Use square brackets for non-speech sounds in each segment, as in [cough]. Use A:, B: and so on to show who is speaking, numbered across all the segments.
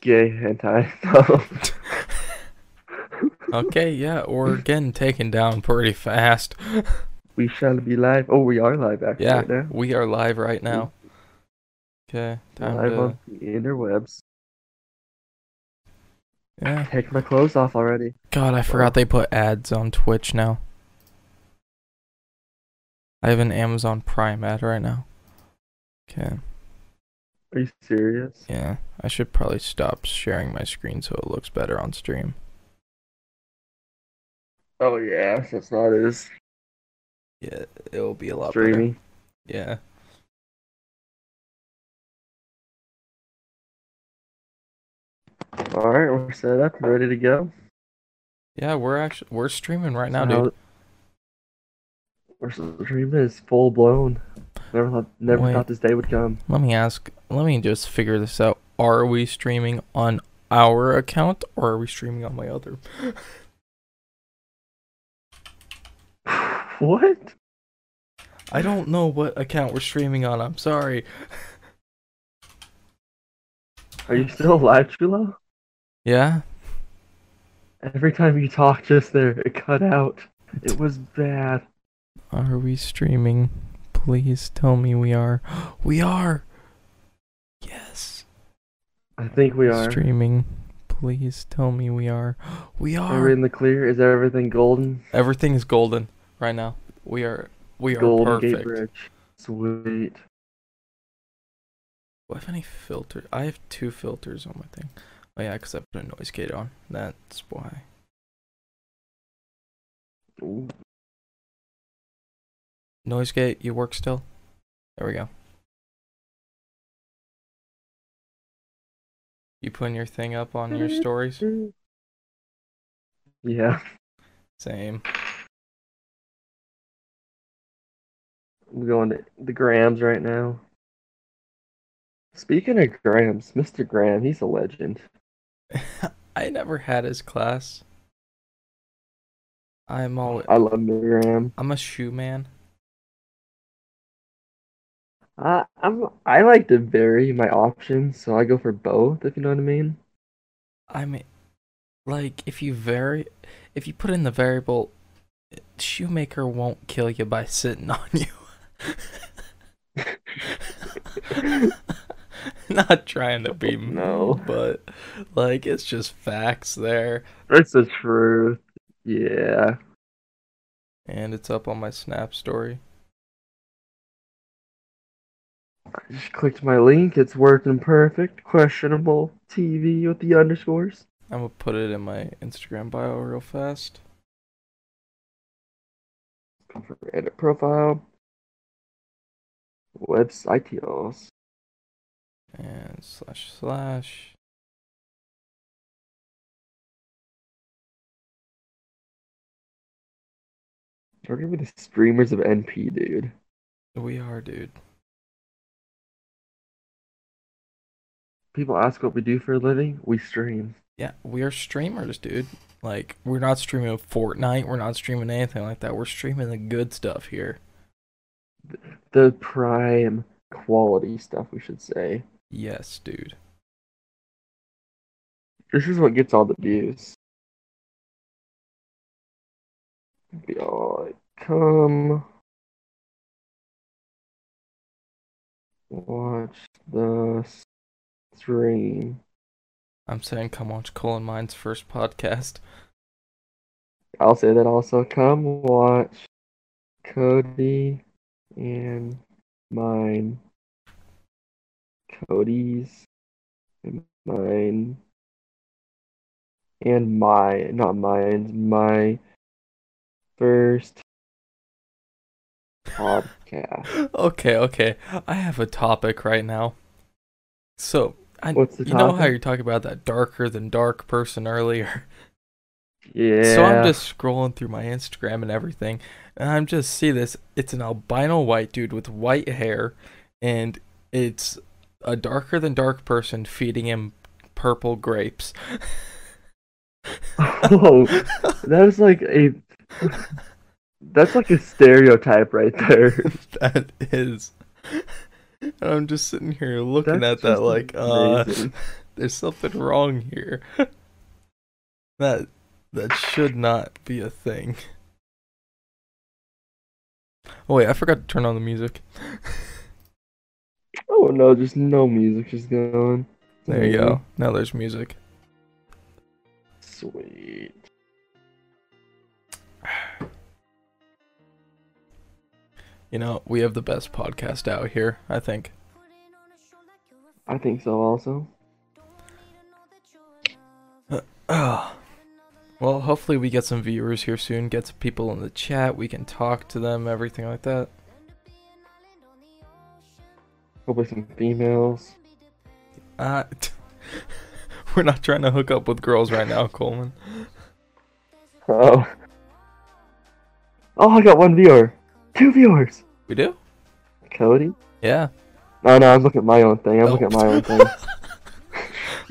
A: gay anti [laughs] so
B: [laughs] Okay, yeah, we're getting taken down pretty fast.
A: we shall be live. Oh, we are live actually
B: Yeah,
A: right now.
B: we are live right now. Okay, time
A: live
B: to
A: on the interwebs.
B: yeah.
A: Take my clothes off already.
B: God, I forgot they put ads on Twitch now. I have an Amazon Prime ad right now. Okay,
A: Are you serious?
B: yeah, I should probably stop sharing my screen so it looks better on stream.
A: Oh yeah, that's not as
B: Yeah, it will be a lot better.
A: streamy.
B: Yeah.
A: All right, we're set up, ready to go.
B: Yeah, we're actually we're streaming right now,
A: So how-
B: dude.
A: Our stream is full blown. Never thought, never
B: Wait.
A: thought this day would come. [sighs]
B: Let me ask. Let me just figure this out. Are we streaming on our account or are we streaming on my other?
A: what?
B: I don't know what account we're streaming on. I'm sorry.
A: Are you still alive, Chulo?
B: Yeah.
A: Every time you talk, just there, it cut out. It was bad.
B: Are we streaming? Please tell me we are. [gasps] We are. Yes.
A: I think we are.
B: Streaming. Please tell me we are. [gasps] We
A: Are we
B: are.
A: in the clear? Is everything golden?
B: Everything is golden right now. We are. We are
A: Golden Gate
B: perfect.
A: Bridge. Sweet.
B: Do I have any filter? I have two filters on my thing. Oh yeah, 'cause I put a noise gate on. That's why.
A: Ooh,
B: Noise gate, you work still? There we go. You putting your thing up on your stories?
A: Yeah,
B: Same.
A: I'm going to the Grams right now. Speaking of Grams, Mr. Graham, he's a legend.
B: I never had his class. I'm all.
A: I love Mr. Graham.
B: I'm a shoe man.
A: I, I'm I like to vary my options, so I go for both. If you know what I mean.
B: I mean, like if you vary, if you put in the variable, shoemaker won't kill you by sitting [laughs] on you. [laughs] Not trying to
A: [laughs]
B: be mean,
A: No.
B: but like it's just facts there,
A: That's the truth. Yeah.
B: and it's up on my Snap story.
A: Just clicked my link. It's working perfect. Questionable TV with the underscores.
B: I'm gonna put it in my Instagram bio real fast.
A: Come for edit profile. Website details.
B: and slash slash.
A: We're gonna be the streamers of NP, dude.
B: We are, dude.
A: People ask what we do for a living. We stream.
B: Yeah, we are streamers, dude. Like, we're not streaming Fortnite. We're not streaming anything like that. We're streaming the good stuff here.
A: The prime quality stuff, we should say.
B: Yes, dude.
A: This is what gets all the views. Be all like, come watch the stream.
B: I'm saying, come watch Colin Mine's first podcast. [laughs]
A: I'll say that also. Come watch Cody and mine. Cody's and mine. And my, not mine, my first podcast.
B: okay, okay. I have a topic right now. So, I,
A: What's the
B: you know how
A: topic?
B: you're talking about that darker than dark person earlier? [laughs]
A: Yeah.
B: So I'm just scrolling through my Instagram and everything, and I'm just see this. It's an albino white dude with white hair, and it's a darker than dark person feeding him purple
A: [laughs]
B: grapes.
A: [laughs] Oh, that is like a. That's like a stereotype right there.
B: that is. And I'm just sitting here looking
A: That's
B: at that
A: just
B: like, uh,
A: amazing.
B: There's something wrong here. [laughs] that that should not be a thing. Oh wait, I forgot to turn on the music.
A: Oh no, just no music just going.
B: There you go. Now there's music.
A: Sweet.
B: You know, we have the best podcast out here, I think.
A: I think so also.
B: Ah. Well, hopefully we get some viewers here soon, get some people in the chat, we can talk to them, everything like that.
A: Probably some females.
B: Uh, [laughs] we're not trying to hook up with girls right now, Coleman.
A: Oh. Oh, I got one viewer. Two viewers.
B: We do?
A: Cody?
B: Yeah.
A: No, no, I'm looking at my own thing. I'm
B: Oh.
A: looking at my own
B: [laughs]
A: thing.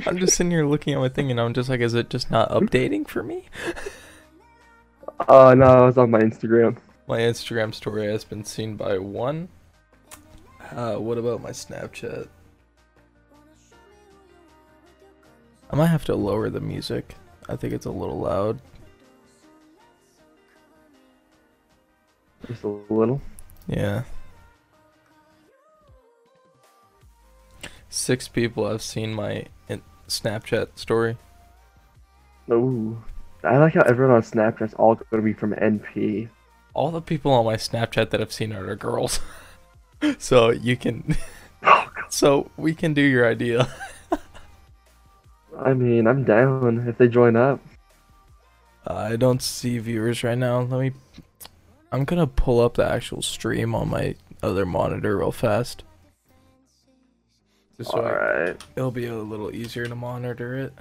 B: I'm just sitting here looking at my thing and I'm just like, is it just not updating for me?
A: Oh no, I was on my Instagram.
B: My Instagram story has been seen by one. Uh, what about my Snapchat? I might have to lower the music. I think it's a little loud.
A: Just a little.
B: Yeah. Six people have seen my in- Snapchat story.
A: Ooh. I like how everyone on Snapchat's all gonna be from NP.
B: All the people on my Snapchat that I've seen it are girls. [laughs] so you can. [laughs]
A: Oh, God.
B: So we can do your idea.
A: I mean, I'm down if they join up.
B: I don't see viewers right now. Let me. I'm gonna pull up the actual stream on my other monitor real fast. Just so I-
A: Alright.
B: it'll be a little easier to monitor it.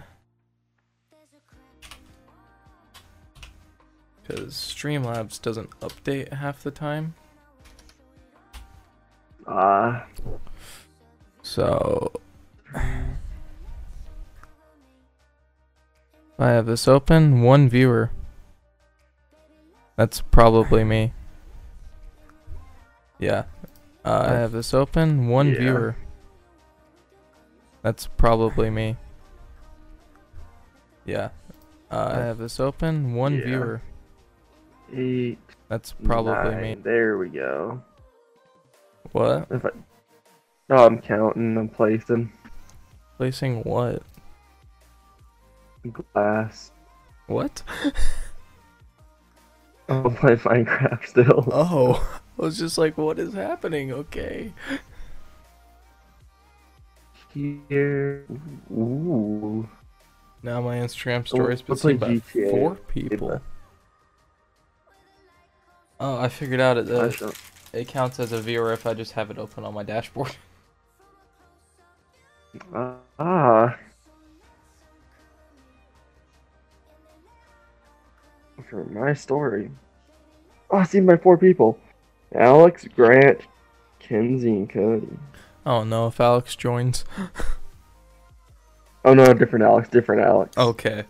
B: Because Streamlabs doesn't update half the time.
A: Ah.
B: So. If I have this open, one viewer. That's probably me. Yeah. Uh, I have this open, one
A: Yeah.
B: viewer. That's probably me. Yeah. Uh, I have this open, one
A: Yeah.
B: viewer.
A: eight.
B: That's probably me.
A: nine. There we go.
B: What?
A: If I... Oh, I'm counting. I'm placing
B: Placing what?
A: glass.
B: What?
A: I'm playing Minecraft still.
B: [laughs] Oh, I was just like, what is happening? Okay.
A: Here. Ooh.
B: Now my Instagram story has been
A: let's play
B: seen by
A: GTA.
B: four people. Oh, I figured out it.
A: I
B: Uh,
A: shall-
B: it counts as a viewer if I just have it open on my dashboard. [laughs]
A: Ah. Look at my story. Oh, I see my four people. Alex, Grant, Kenzie, and Cody.
B: Oh no, if Alex joins.
A: Oh no, different Alex, different Alex.
B: Okay.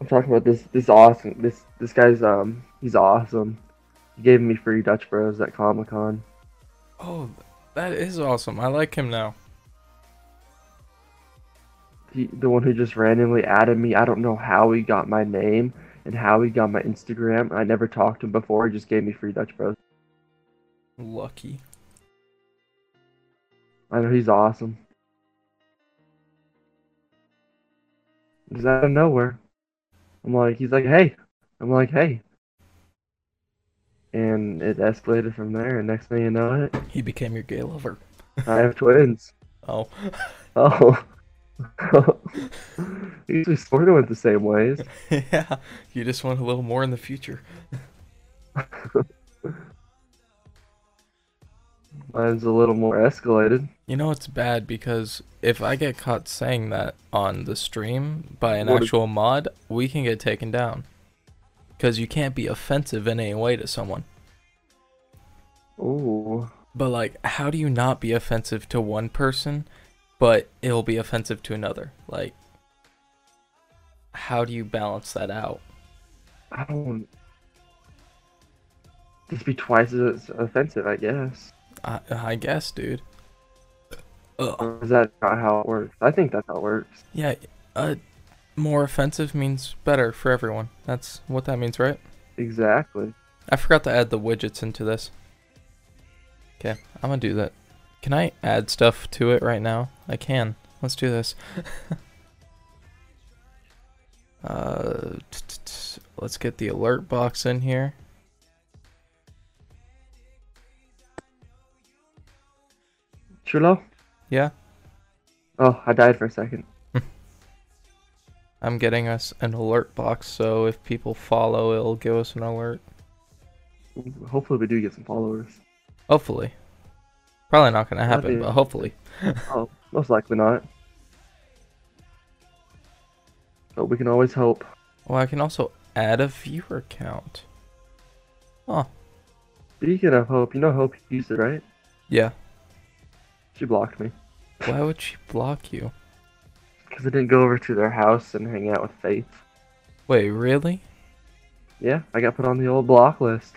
A: I'm talking about this. This awesome. This this guy's um. He's awesome. He gave me free Dutch Bros at Comic Con.
B: Oh, that is awesome. I like him now.
A: He, the one who just randomly added me. I don't know how he got my name and how he got my Instagram. I never talked to him before. He just gave me free Dutch Bros.
B: Lucky.
A: I know he's awesome. He's out of nowhere. I'm like, he's like, hey. I'm like, hey. And it escalated from there. And next thing you know it,
B: He became your gay lover.
A: I have twins.
B: Oh, [laughs]
A: Oh. [laughs] we usually sort of went the same ways.
B: yeah. You just want a little more in the future.
A: Mine's a little more escalated.
B: You know it's bad because if I get caught saying that on the stream by an
A: What if-
B: actual mod, we can get taken down. Because you can't be offensive in any way to someone.
A: Ooh.
B: But like, how do you not be offensive to one person, but it'll be offensive to another? Like, how do you balance that out?
A: I don't. Just be twice as offensive, I guess.
B: I, I guess, dude. Ugh.
A: Or is that not how it works? I think that's how it works.
B: Yeah, uh, more offensive means better for everyone. That's what that means, right?
A: Exactly.
B: I forgot to add the widgets into this. Okay, I'm gonna do that. Can I add stuff to it right now? I can. Let's do this. [laughs] uh, t- t- t- let's get the alert box in here.
A: Chulo?
B: Yeah,
A: Oh, I died for a second.
B: I'm getting us an alert box, so if people follow, it'll give us an alert.
A: Hopefully, we do get some followers.
B: Hopefully. Probably not gonna happen,
A: dude.
B: but hopefully.
A: Oh, most likely not. But we can always hope.
B: Well, Oh, I can also add a viewer count.
A: Speaking of hope, you know Hope used it, right?
B: Yeah.
A: She blocked me
B: Why would she block you?
A: because I didn't go over to their house and hang out with Faith.
B: Wait, really?
A: Yeah, I got put on the old block list.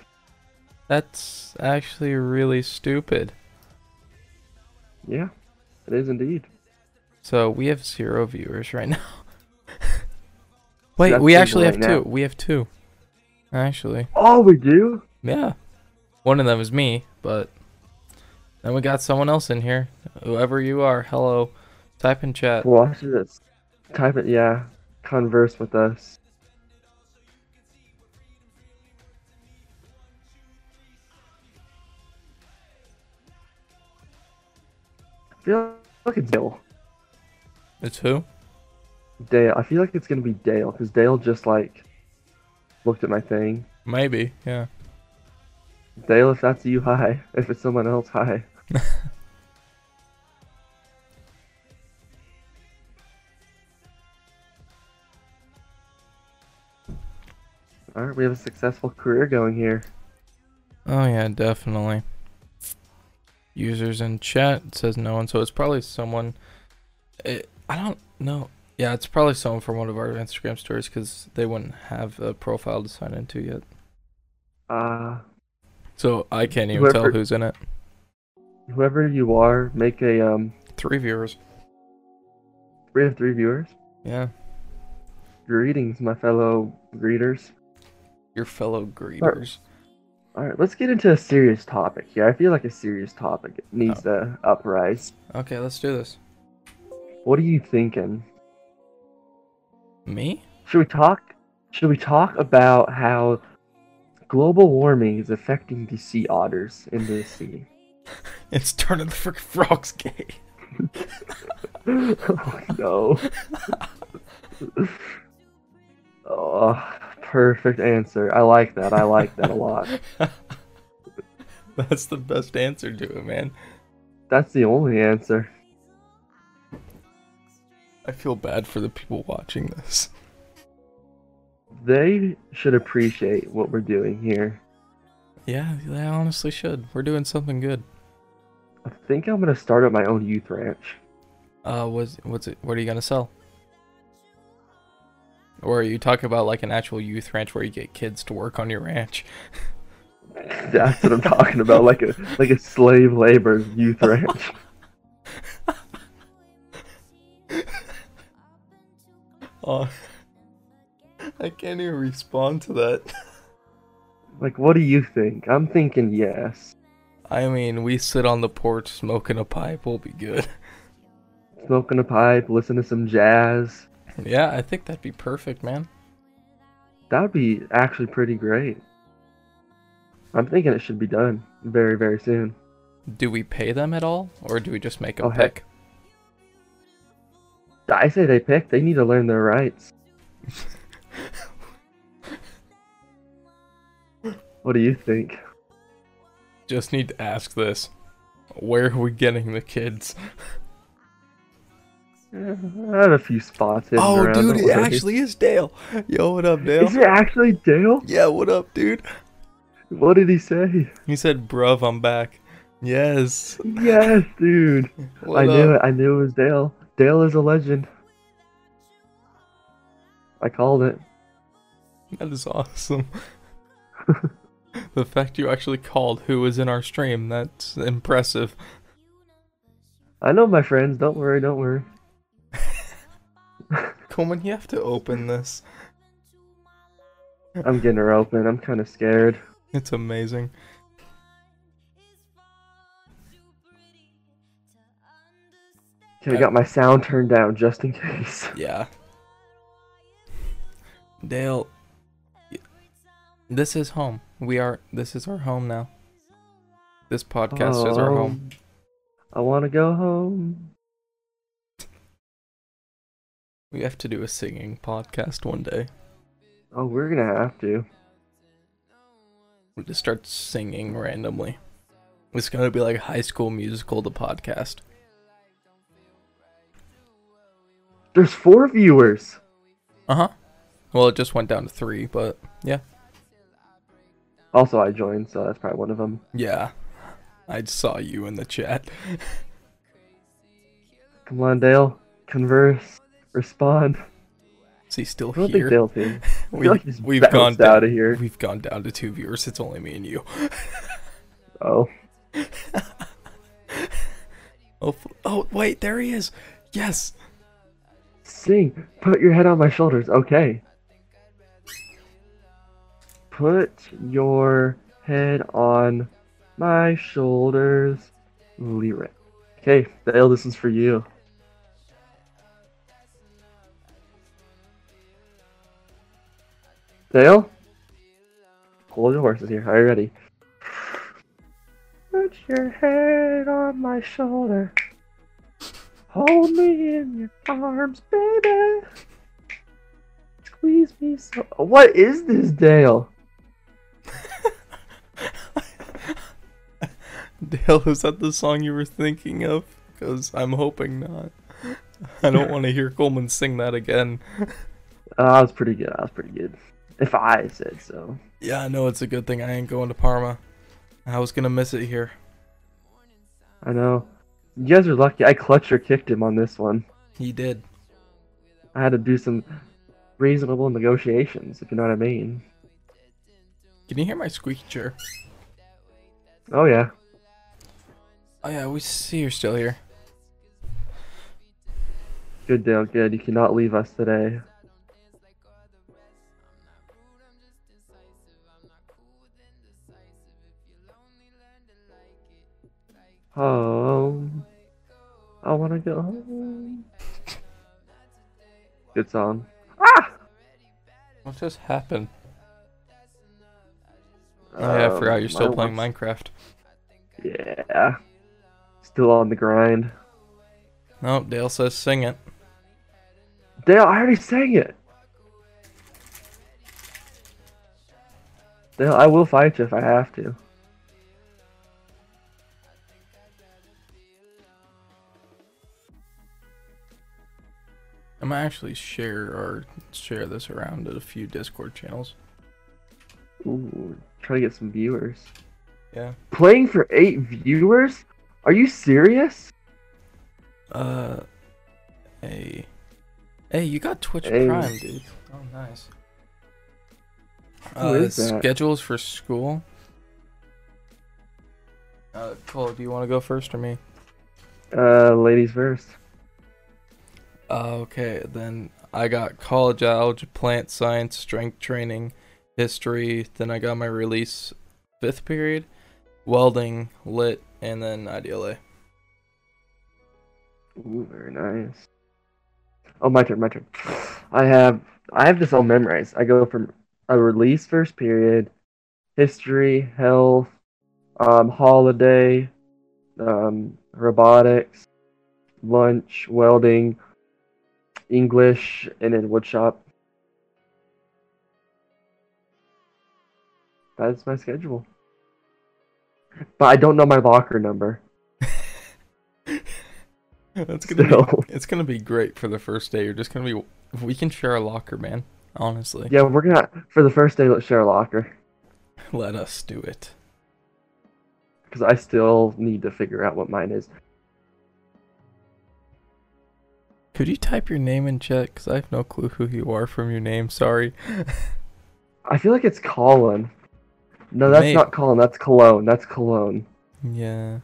B: That's actually really stupid.
A: Yeah, it is indeed.
B: So we have zero viewers right now. [laughs] Wait,
A: That's
B: we
A: single
B: actually have
A: right now.
B: two. We have two. Actually,
A: Oh, we do.
B: yeah. One of them is me, but then we got someone else in here. Whoever you are, hello. Type in chat.
A: Watch this. Type it. Yeah, converse with us. I feel like it's Dale.
B: It's who?
A: Dale. I feel like it's gonna be Dale because Dale just like looked at my thing.
B: Maybe, yeah.
A: Dale, if that's you, hi. [laughs] If it's someone else, hi. [laughs] All right, we have a successful career going here.
B: Oh yeah, definitely. Users in chat it says no one, so it's probably someone. It, I don't know. Yeah, it's probably someone from one of our Instagram stories because they wouldn't have a profile to sign into yet.
A: Uh,
B: So I can't even tell
A: Whoever-
B: who's in it.
A: whoever you are, make a um.
B: Three viewers.
A: We have three viewers.
B: Yeah,
A: Greetings, my fellow greeters.
B: your fellow greeters.
A: All right, let's get into a serious topic here. I feel like a serious topic needs to uprise.
B: Okay, let's do this.
A: What are you thinking?
B: Me?
A: Should we talk? Should we talk about how global warming is affecting the sea otters in the sea? [laughs]
B: It's turning the freaking frogs [laughs] gay.
A: oh no! [laughs] oh, perfect answer. I like that. I like that a lot.
B: That's the best answer to it, man.
A: That's the only answer.
B: I feel bad for the people watching this.
A: They should appreciate what we're doing here.
B: Yeah, they honestly should. We're doing something good.
A: I think I'm gonna start up my own youth ranch. [laughs]
B: Uh, was what's it? What are you gonna sell? Or are you talking about like an actual youth ranch where you get kids to work on your ranch?
A: That's what I'm talking about, like a like a slave labor youth ranch.
B: [laughs] Oh, [laughs] I can't even respond to that.
A: Like, what do you think? I'm thinking yes.
B: [laughs] I mean, we sit on the porch smoking a pipe. We'll be good. [laughs]
A: smoking a pipe, listen to some jazz.
B: Yeah, I think that'd be perfect, man.
A: That would be actually pretty great. I'm thinking it should be done very, very soon.
B: Do we pay them at all, or do we just make them
A: Oh, heck.
B: pick?
A: I say they pick. They need to learn their
B: [laughs]
A: rights. what do you think?
B: Just need to ask this: Where are we getting the kids?
A: Eh, I have a few spots hidden
B: Oh,
A: around. don't worry.
B: is Dale. Yo, what up,
A: Is it actually Dale?
B: Yeah, what up, dude?
A: What did he say?
B: He said, bruv, I'm back. Yes.
A: Yes, dude.
B: [laughs] What
A: I knew
B: up?
A: it. I knew it was Dale. Dale is a legend. I called it.
B: That is awesome. [laughs] the fact you actually called who was in our stream, that's impressive.
A: I know my friends. Don't worry. Don't worry.
B: Coleman, you have to open this.
A: I'm getting her open. I'm kind of scared.
B: It's amazing.
A: Okay, I got my sound turned down just in case.
B: Yeah. Dale, y- this is home. We are. This is our home now. This podcast is our home.
A: Um, I want to go home.
B: We have to do a singing podcast one day.
A: Oh, we're gonna have to.
B: We just start singing randomly. It's gonna be like High School Musical, the podcast.
A: There's four viewers.
B: Uh huh. Well, it just went down to three, but yeah,
A: Also, I joined, so that's probably one of them.
B: yeah. I saw you in the chat.
A: Come on, Dale. Converse. Respond.
B: Is he still
A: I don't think
B: here?
A: Dale's here. I
B: We,
A: feel like he's
B: [laughs] we've gone
A: bounced out
B: down.
A: of here.
B: We've gone down to two viewers. It's only me and you.
A: Oh,
B: Oh, f- oh wait, there he is. Yes. [laughs]
A: sing. Put your head on my shoulders. Okay. Put your head on my shoulders. Lyric. Okay, Dale, this is for you. Dale? Hold your horses here. Are you ready? Put your head on my shoulder. Hold me in your arms, baby. Squeeze me so. What is this, Dale?
B: Dale, is that the song you were thinking of? Because I'm hoping not. I don't want to hear Coleman sing that again.
A: Uh, I was pretty good. I was pretty good. If I said so.
B: Yeah, I know it's a good thing I ain't going to Parma. I was gonna miss it here.
A: I know. You guys are lucky. I clutched or kicked him on this one.
B: He did.
A: I had to do some reasonable negotiations, if you know what I mean.
B: Can you hear my squeaky chair?
A: Oh, yeah.
B: Oh yeah, we see you're still here.
A: Good, Dale. Good. You cannot leave us today. Home. I want to go home. Good song. Ah!
B: What just happened? Oh yeah, I
A: Um,
B: forgot you're still playing
A: mine.
B: Minecraft.
A: Yeah. Still on the grind.
B: No, Dale says sing it.
A: Dale, I already sang it. Dale, I will fight you if I have to.
B: I'm gonna actually share or share this around to a few Discord channels.
A: Ooh, try to get some viewers.
B: Yeah.
A: Playing for eight viewers? Are you serious?
B: Uh, hey, hey, you got Twitch
A: Hey.
B: Prime, dude. Oh, nice.
A: Who
B: uh,
A: is that?
B: schedules for school. Uh, Cole, do you want to go first or me?
A: Uh, ladies first.
B: Uh, okay, then I got college algebra, plant science, strength training, history. Then I got my release fifth period, welding, lit, and then IDLA.
A: Ooh, very nice. Oh, my turn, my turn. I have I have this all memorized. I go from a release first period, history, health, um, holiday, um, robotics, lunch, welding, English, and then woodshop. That's my schedule. But I don't know my locker number.
B: [laughs] That's gonna be
A: Still.
B: [laughs] It's gonna be great for the first day. You're just gonna be. We can share a locker, man. Honestly,
A: Yeah, we're gonna for the first day. Let's share a locker
B: let us do it.
A: because I still need to figure out what mine is.
B: Could you type your name in chat? Cause I have no clue who you are from your name. Sorry.
A: I feel like it's Colin. No, that's
B: Mate.
A: not Colin. That's Cologne. That's Cologne.
B: Yeah.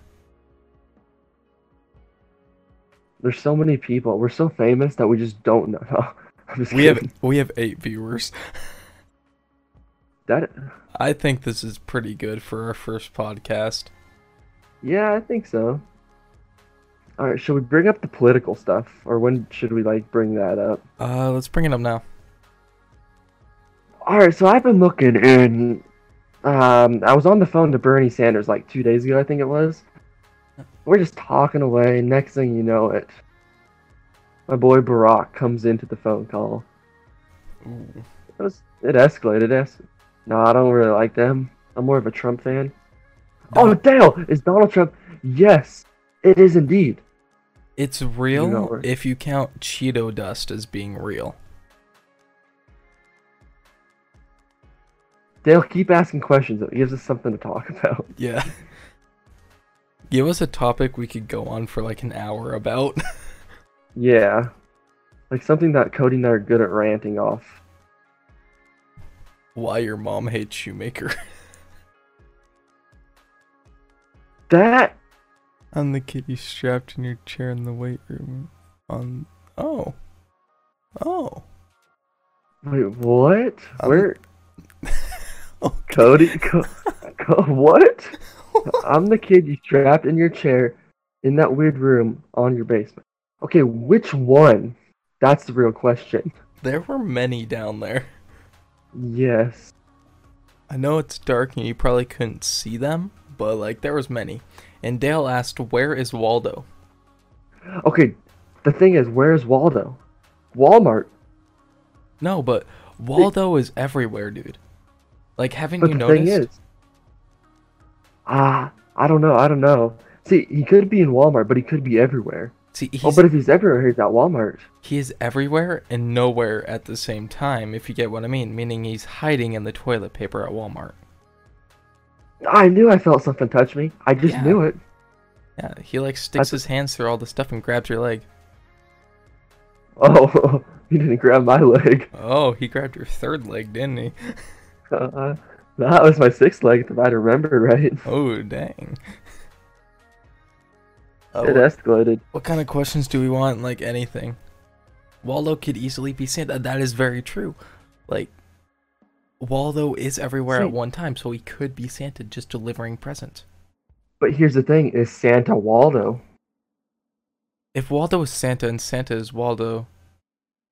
A: There's so many people. We're so famous that we just don't know. [laughs] No, I'm just
B: We have
A: kidding.
B: we have eight viewers.
A: that.
B: I think this is pretty good for our first podcast.
A: Yeah, I think so. All right, should we bring up the political stuff, or when should we like bring that up?
B: Uh, let's bring it up now.
A: All right, so I've been looking, and um, I was on the phone to Bernie Sanders like two days ago, I think it was. We're just talking away. Next thing you know, it, my boy Barack comes into the phone call.
B: Ooh.
A: It was it escalated. Es- no, I don't really like them. I'm more of a Trump fan. Oh,
B: Don-
A: Dale is Donald Trump. Yes, it is indeed.
B: it's real
A: know it.
B: if you count Cheeto dust as being real.
A: Dale, keep asking questions. It gives us something to talk [laughs] about.
B: Yeah. Give us a topic we could go on for like an hour about. [laughs]
A: Yeah, like something that Cody and I are good at ranting off.
B: Why your mom hates Shoemaker. [laughs]
A: That
B: I'm the kid you strapped in your chair in the weight room. On oh, oh,
A: wait, what?
B: I'm-
A: Where
B: okay.
A: Cody? Co- Co- what? I'm the kid you strapped in your chair in that weird room on your basement. Okay, which one? That's the real question.
B: there were many down there.
A: Yes.
B: I know it's dark and you probably couldn't see them, but like there was many. And Dale asked, "Where is Waldo?"
A: Okay, the thing is, where's Waldo? Walmart.
B: No, but Waldo is everywhere, dude. Like, haven't
A: But
B: you
A: the
B: noticed?
A: thing is, ah, I don't know. I don't know. See, he could be in Walmart, but he could be everywhere.
B: See, he's,
A: Oh, but if he's everywhere, he's at Walmart.
B: he is everywhere and nowhere at the same time. If you get what I mean, meaning he's hiding in the toilet paper at Walmart.
A: I knew I felt something touch me. I just
B: Yeah.
A: knew it. [laughs]
B: Yeah, he like sticks
A: That's-
B: his hands through all the stuff and grabs your leg.
A: Oh, [laughs] he didn't grab my leg. [laughs]
B: Oh, he grabbed your third leg, didn't he?
A: Uh, that was my sixth leg, if I remember right.
B: Oh, dang. Oh,
A: It escalated.
B: what kind of questions do we want? Like anything? Waldo could easily be Santa. That is very true. Like, Waldo is everywhere at
A: See-
B: one time, so he could be Santa just delivering presents.
A: But here's the thing: is Santa Waldo?
B: If Waldo is Santa and Santa is Waldo,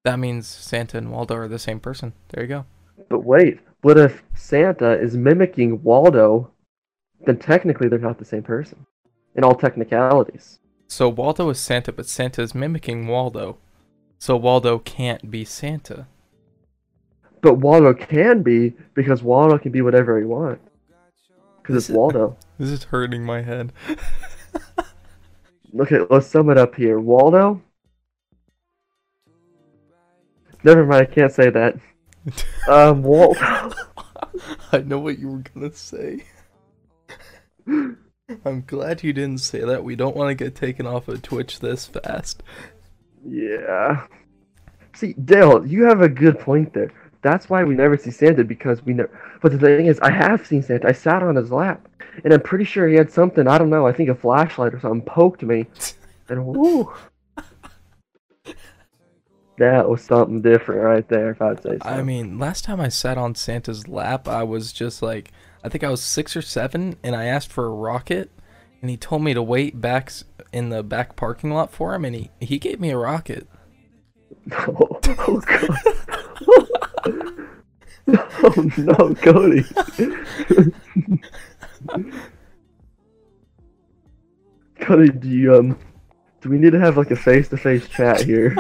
B: that means Santa and Waldo are the same person. There you go.
A: But wait, what if Santa is mimicking Waldo? Then technically, they're not the same person, in all technicalities.
B: So Waldo is Santa, but Santa is mimicking Waldo. So Waldo can't be Santa.
A: But Waldo can be because Waldo can be whatever he wants. Because
B: This
A: it's
B: is-
A: Waldo.
B: This is hurting my head. [laughs]
A: Okay, let's sum it up here. Waldo. Never mind, I can't say that. Um, Walt.
B: I know what you were gonna say. [laughs] I'm glad you didn't say that. We don't want to get taken off of Twitch this fast.
A: Yeah. See, Dale, you have a good point there. That's why we never see Santa because we never. But the thing is, I have seen Santa. I sat on his lap, and I'm pretty sure he had something. I don't know. I think a flashlight or something poked me, and whoo. That was something different right there, if I'd say so.
B: I mean, last time I sat on Santa's lap, I was just like, I think I was six or seven, and I asked for a rocket, and he told me to wait back s- in the back parking lot for him, and he he gave me a [laughs] rocket.
A: oh, oh god. oh no, Cody. Cody, do you um do we need to have like a face to face chat here?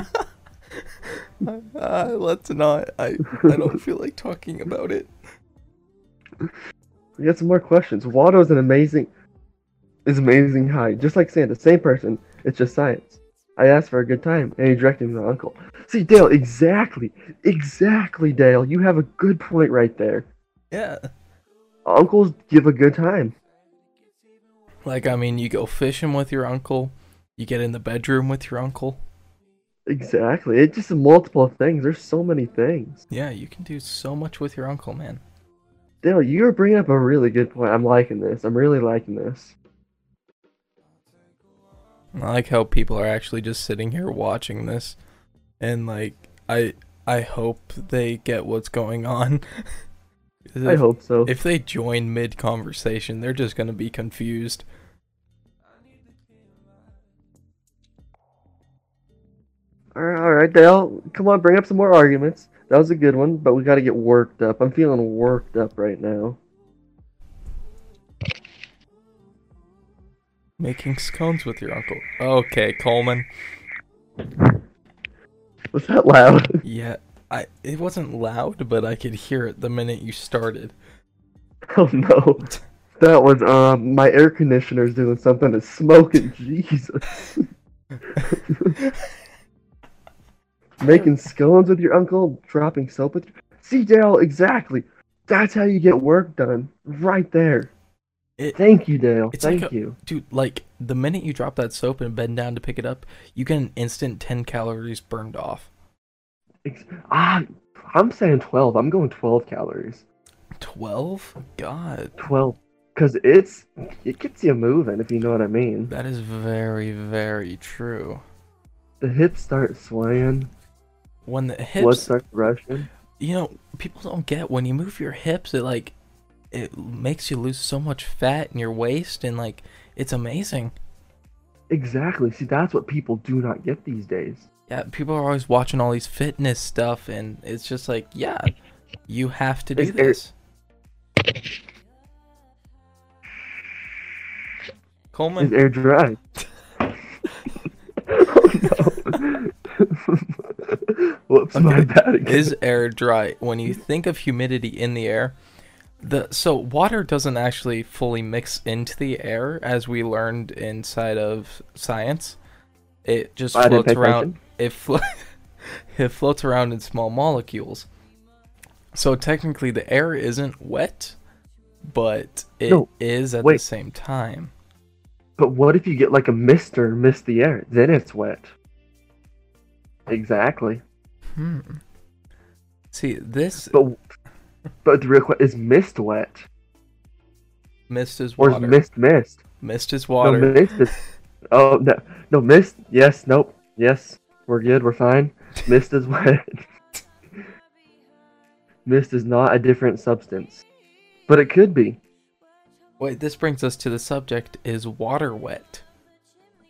B: Uh, let's not. I I don't feel like talking about it.
A: We got some more questions. Waldo's an amazing is amazing high, just like Santa, same person, it's just science. I asked for a good time, and he directed me to Uncle. See, Dale, exactly, exactly, Dale. You have a good point right there.
B: Yeah.
A: Uncles give a good time.
B: Like, I mean, you go fishing with your uncle, you get in the bedroom with your uncle.
A: Exactly. It's just multiple things. There's so many things.
B: Yeah, you can do so much with your uncle, man.
A: Dale, you're bringing up a really good point. I'm liking this. I'm really liking this.
B: I like how people are actually just sitting here watching this, and like I I hope they get what's going on. [laughs] 'Cause
A: I
B: if-
A: hope so.
B: if they join mid conversation, they're just gonna be confused.
A: All right, all right, Dale. Come on, bring up some more arguments. That was a good one, but we got to get worked up. I'm feeling worked up right now.
B: Making scones with your uncle. Okay,
A: [laughs]
B: Coleman.
A: Was that loud?
B: Yeah, I it wasn't loud, but I could hear it the minute you started.
A: [laughs] Oh no. That was um my air conditioner's doing something to smoking [laughs] Jesus. [laughs] Making scones with your uncle, dropping soap with See Dale, exactly. That's how you get work done. Right there.
B: It-
A: Thank you, Dale.
B: It's like
A: Thank
B: a-
A: you.
B: Dude, like the minute you drop that soap and bend down to pick it up, you get an instant 10 calories burned off.
A: Ex- ah, I'm saying twelve. I'm going twelve calories.
B: 12? God,
A: Twelve. Cause it's it gets you moving if you know what I mean.
B: that is very very true.
A: The hips start swaying,
B: When the hips
A: blood starts rushing.
B: you know, people don't get when you move your hips, it like it makes you lose so much fat in your waist and like it's amazing.
A: Exactly. See, that's what people do not get these days.
B: Yeah, people are always watching all these fitness stuff and it's just like, yeah, you have to do
A: Is there-
B: this.
A: Is
B: Coleman,
A: air
B: [laughs]
A: dry? [laughs] oh no. Whoops, my
B: Okay.
A: bad again.
B: is air dry? When you think of humidity in the air, the so water doesn't actually fully mix into the air as we learned inside of science. It just
A: I didn't
B: floats
A: pay
B: around.
A: attention.
B: It flo- [laughs] it floats around in small molecules. So technically, the air isn't wet, but it is
A: No,
B: at the
A: wait.
B: same time.
A: But what if you get like a mister and miss the air? Then it's wet. Exactly.
B: Hmm. See, this
A: But but the real question is mist wet
B: mist is
A: or
B: water.
A: is mist mist?
B: mist is water.
A: No mist is. Oh no, no mist. Yes, nope. Yes, we're good. We're fine. Mist is [laughs] wet. mist is not a different substance, but it could be.
B: Wait, this brings us to the subject: is water wet?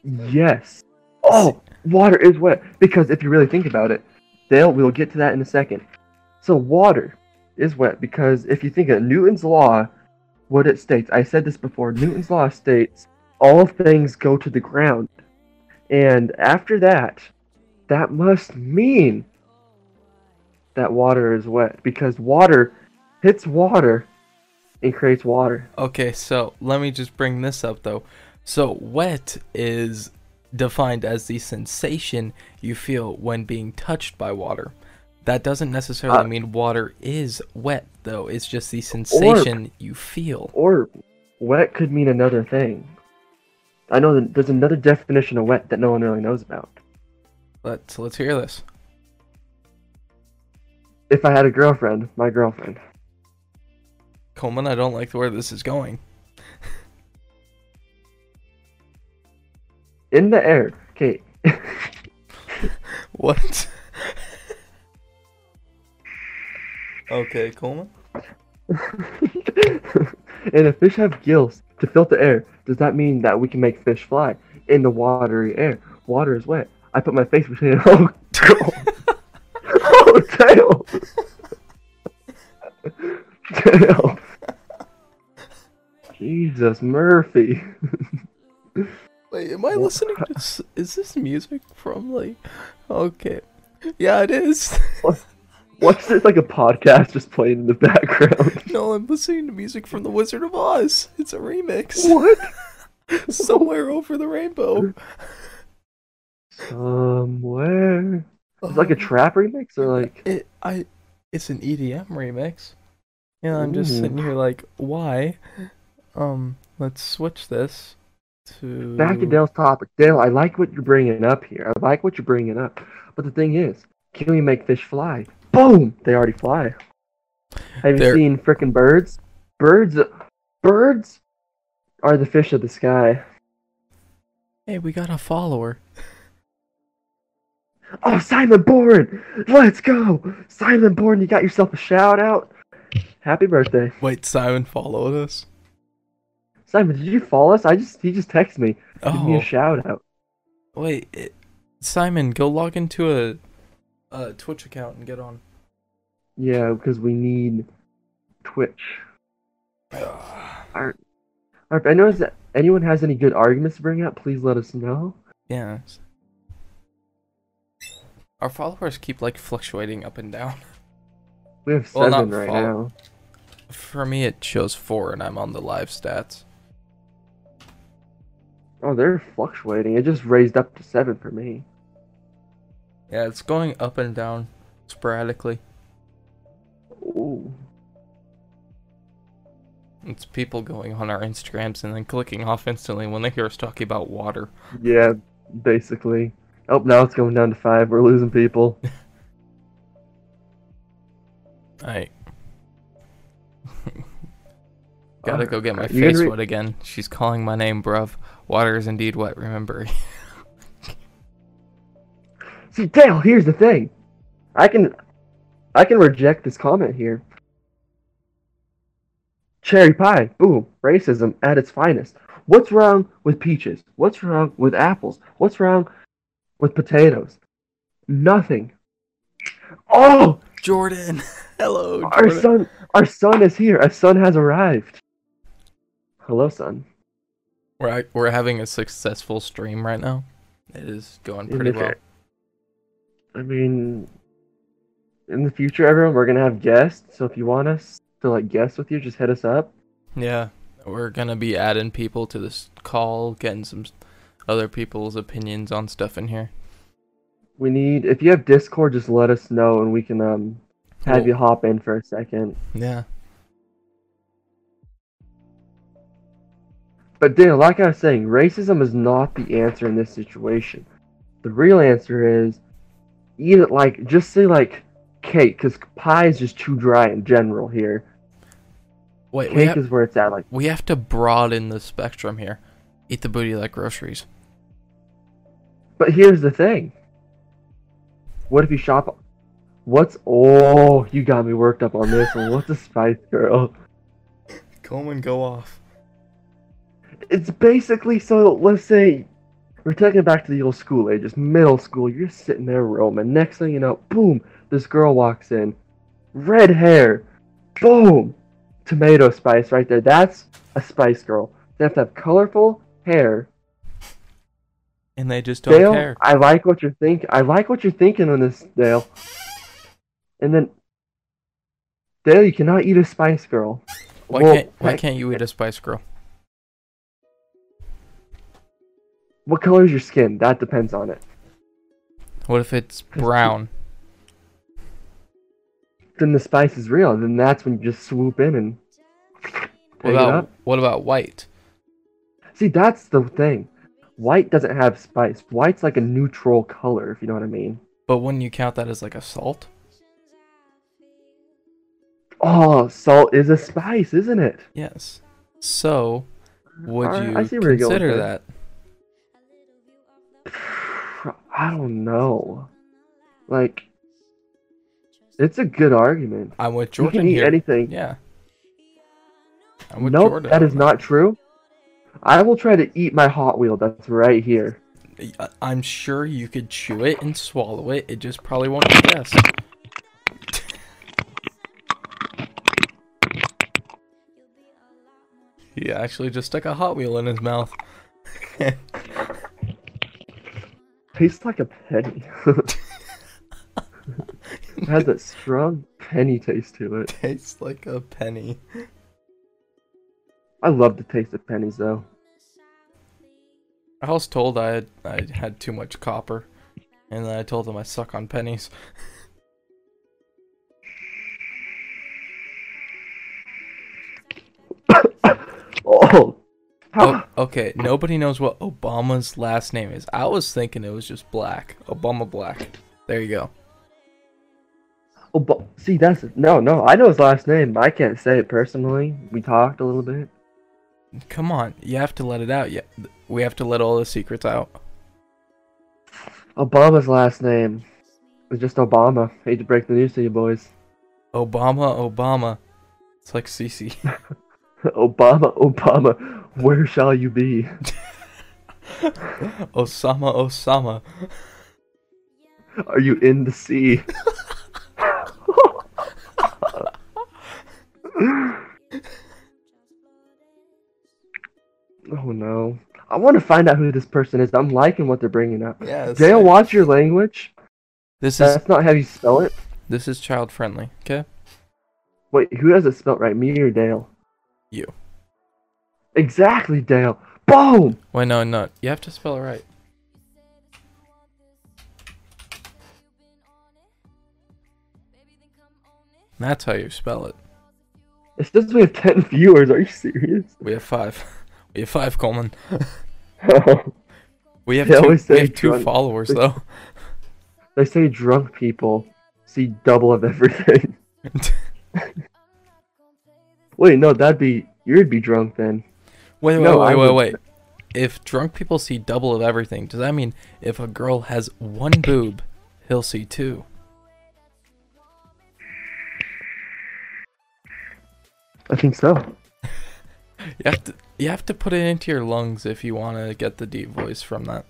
A: Yes. Oh, water is wet. Because if you really think about it, Dale, we'll get to that in a second. So water is wet because if you think of Newton's law, what it states, I said this before, Newton's law states all things go to the ground. And after that, that must mean that water is wet because water hits water and creates water.
B: Okay, so let me just bring this up though. So, wet is defined as the sensation you feel when being touched by water. That doesn't necessarily
A: Uh,
B: mean water is wet though. It's just the sensation you feel.
A: Or wet could mean another thing. I know that there's another definition of wet that no one really knows about.
B: Let's let's hear this.
A: If I had a girlfriend, my girlfriend.
B: Coleman, I don't like where this is going. [laughs]
A: In the air. Okay. [laughs]
B: What? [laughs] okay, Coleman.
A: and if fish have gills to filter air, does that mean that we can make fish fly in the watery air? Water is wet. I put my face [laughs] between it. Oh, girl. oh, tail. tail. Jesus Murphy.
B: Wait, am I listening to s- is this music from like okay. Yeah, it is. [laughs]
A: What's this like a podcast just playing in the
B: [laughs]
A: background?
B: No, I'm listening to music from The Wizard of Oz. It's a remix.
A: What?
B: [laughs] Somewhere over the rainbow.
A: Somewhere. It's like a trap remix or like
B: Um, It, I, it's an EDM remix. Yeah, I'm just
A: Ooh.
B: sitting here like, why? Um, let's switch this to
A: back to Dale's topic. Dale, I like what you're bringing up here. I like what you're bringing up. But the thing is, can we make fish fly? Boom! They already fly. Have
B: They're-
A: you seen frickin' birds? Birds, birds are the fish of the sky.
B: Hey, we got a follower.
A: Oh, Simon Bourne! Let's go! Simon Bourne, you got yourself a shout out. Happy birthday.
B: Wait, Simon followed us.
A: Simon, did you follow us? I just he just texted me. Give me
B: Oh,
A: a shout out.
B: wait, it, Simon, go log into a, a Twitch account and get on.
A: Yeah, because we need
B: [sighs]
A: Twitch. Alright, if anyone has, anyone has any good arguments to bring up, please let us know.
B: Yes. Our followers keep like fluctuating up and down. [laughs]
A: We have
B: Well,
A: seven
B: not
A: right
B: follow-
A: now.
B: For me, it shows four, and I'm on the live stats.
A: Oh, they're fluctuating. It just raised up to seven for me.
B: Yeah, it's going up and down sporadically.
A: Ooh.
B: It's people going on our Instagrams and then clicking off instantly when they hear us talking about water.
A: Yeah, basically. Oh, now it's going down to five. We're losing people.
B: I [laughs] gotta go get my
A: You gonna
B: face
A: re-
B: wet again. She's calling my name, bruv. Water is indeed wet. Remember.
A: See, Dale, here's the thing. I can I can reject this comment here. Cherry pie, boom, racism at its finest. What's wrong with peaches? What's wrong with apples? What's wrong with potatoes? Nothing. Oh,
B: Jordan, [laughs] hello,
A: our son our son is here. Our son has arrived. Hello, son.
B: We're ac- we're having a successful stream right now. It is going
A: In
B: pretty
A: the
B: well.
A: fu- I mean, in the future, everyone, we're gonna have guests. So if you want us to like guest with you, just hit us up.
B: Yeah, we're gonna be adding people to this call, getting some s- other people's opinions on stuff in here.
A: We need if you have Discord, just let us know and we can um have
B: Cool.
A: you hop in for a second.
B: Yeah.
A: But Dale, like I was saying, racism is not the answer in this situation. The real answer is eat it like just say like cake, because pie is just too dry in general here.
B: Wait, we,
A: Cake
B: ha-
A: is where it's at. Like
B: we have to broaden the spectrum here. Eat the booty like groceries.
A: But here's the thing. What if you shop? What's oh you got me worked up on this one? What's a Spice Girl?
B: Coleman, go off.
A: It's basically so. Let's say we're taking it back to the old school ages, middle school. You're sitting there roaming. Next thing you know, boom! This girl walks in, red hair, boom! Tomato spice right there. That's a Spice Girl. They have to have colorful hair.
B: And they just don't
A: Dale,
B: care.
A: I like what you're think. I like what you're thinking on this, Dale. And then, Dale, you cannot eat a Spice Girl.
B: Why
A: Well,
B: can't Why
A: heck,
B: can't you eat a Spice Girl?
A: What color is your skin? That depends on it.
B: What if it's brown?
A: Then the spice is real. Then that's when you just swoop in and
B: What
A: pick it
B: about
A: up.
B: What about white?
A: See, that's the thing. White doesn't have spice. White's like a neutral color, if you know what I mean.
B: But wouldn't you count that as like a salt?
A: Oh, salt is a spice, isn't it?
B: Yes. So, would
A: Alright,
B: you
A: I see where you're going with
B: consider that?
A: this. I don't know. Like, it's a good argument.
B: I'm with
A: You
B: Jordan
A: can eat
B: here.
A: anything.
B: Yeah. I'm
A: No,
B: with
A: nope,
B: Jordan.
A: that is
B: on
A: not true. I will try to eat my Hot Wheel that's right here.
B: I- uh, I'm sure you could chew it and swallow it. It just probably won't digest. He actually just stuck a Hot Wheel in his mouth.
A: [laughs] Tastes like a penny. [laughs] it has that strong penny taste to it.
B: Tastes like a penny.
A: I love the taste of pennies though. [coughs]
B: I was told I had I had too much copper, and then I told them I suck on pennies.
A: Oh, [laughs]
B: Oh, okay, nobody knows what Obama's last name is. I was thinking it was just Black. Obama Black. There you go.
A: oh but, see that's no no. I know his last name, but I can't say it personally. We talked a little bit.
B: Come on, you have to let it out. Yeah, we have to let all the secrets out.
A: Obama's last name was just Obama. Hate to break the news to you boys. [laughs]
B: Obama, Obama. It's like CC.
A: Obama, Obama, where shall you be?
B: [laughs] Osama, Osama.
A: Are you in the sea? [laughs] oh no. I want to find out who this person is. I'm liking what they're bringing up.
B: Yeah. it's
A: Dale,
B: like-
A: watch your language.
B: This is
A: That's not how you spell it.
B: this is child friendly. Okay.
A: Wait, who has it spelled right? Me or Dale?
B: You.
A: Exactly, Dale. Boom!
B: Wait, no, no. You have to spell it right. That's how you spell it.
A: It says we have 10 [laughs] viewers. Are you serious? [laughs]
B: We have five. [laughs] We have five, Coleman. We have
A: They
B: two,
A: always
B: we
A: say
B: have two
A: drunk- [laughs]
B: followers though. [laughs]
A: they say drunk people see double of everything. [laughs] Wait, no, that'd be. You'd be drunk then.
B: Wait, wait,
A: No,
B: wait,
A: I
B: wait,
A: would-
B: wait. If drunk people see double of everything, does that mean if a girl has one boob, he'll see two?
A: I think so.
B: You have to you have to put it into your lungs if you want to get the deep voice from that.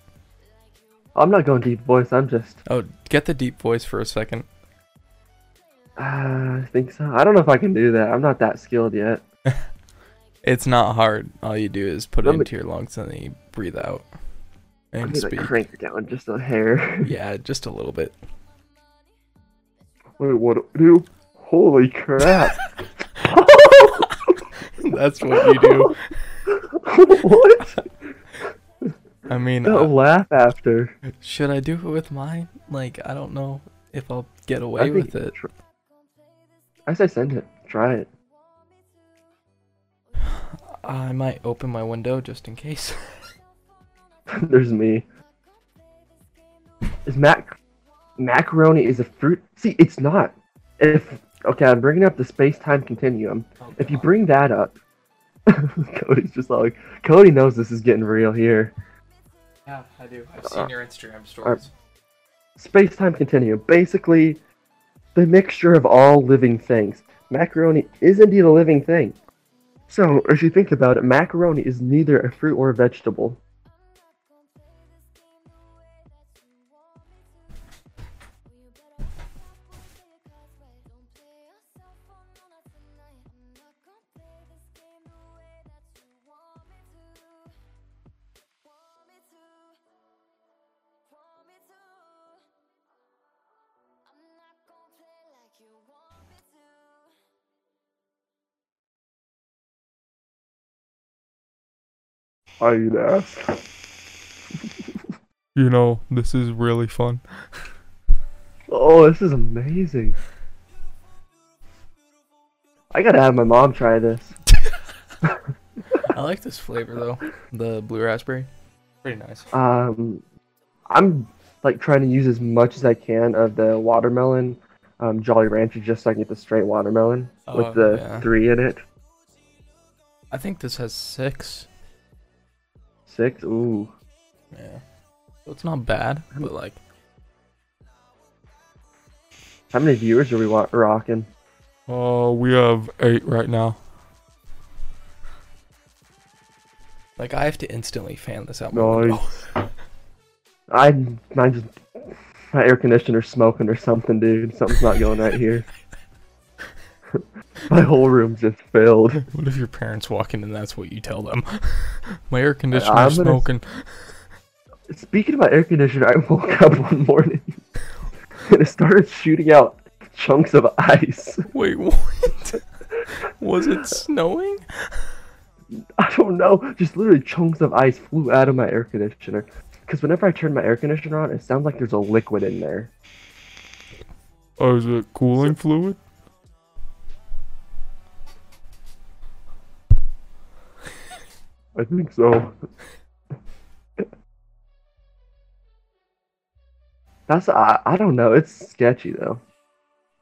A: I'm not going deep voice. I'm just. [sighs]
B: Oh, get the deep voice for a second.
A: Uh, I think so. I don't know if I can do that. I'm not that skilled yet.
B: It's not hard. All you do is put it
A: Let me-
B: into your lungs and then you breathe out
A: I
B: and
A: need to
B: speak.
A: crank it down just a hair. [laughs]
B: Yeah, just a little bit. [laughs]
A: Wait, what do I do? Holy crap!
B: That's [laughs] what you do.
A: [laughs] what?
B: I mean,
A: That laugh after.
B: uh, should I do it with mine? Like, I don't know if I'll get
A: I
B: away
A: think
B: with it.
A: tr- I say send it. Try it.
B: I might open my window just in case. [laughs]
A: [laughs] There's me. Is mac macaroni is a fruit? See, it's not. If okay, I'm bringing up the space-time continuum.
B: Oh,
A: If you bring that up, [laughs] Cody's just like Cody knows this is getting real here.
B: yeah, I do. I've
A: seen
B: your Instagram
A: stories. Space-time continuum, basically, the mixture of all living things. Macaroni is indeed a living thing. So, if you think about it, macaroni is neither a fruit or a vegetable. Are you there? [laughs]
B: You know, this is really fun.
A: Oh, this is amazing. I gotta have my mom try this.
B: I like this flavor though, the blue raspberry. Pretty nice.
A: Um, I'm like trying to use as much as I can of the watermelon um, Jolly Rancher just so I can get the straight watermelon
B: Oh,
A: with the
B: yeah.
A: three in it.
B: I think this has six.
A: Six? Ooh.
B: Yeah. So it's not bad, but like,
A: How many viewers are we wa- rocking?
B: oh, we have eight right now. Like I have to instantly fan this out. my
A: Nice.
B: window.
A: I, I just. My air conditioner's smoking or something, dude. Something's not going right here. [laughs] my whole room's just filled.
B: What if your parents walk in and that's what you tell them? [laughs] My air conditioner's
A: I'm gonna-
B: smoking.
A: Speaking about air conditioner, I woke [laughs] up one morning and it started shooting out chunks of ice. [laughs]
B: Wait, what? [laughs] Was it snowing?
A: I don't know, just literally chunks of ice flew out of my air conditioner. Because whenever I turn my air conditioner on, it sounds like there's a liquid in there.
B: Oh, is it cooling fluid?
A: I think so. That's I, I don't know. It's sketchy though.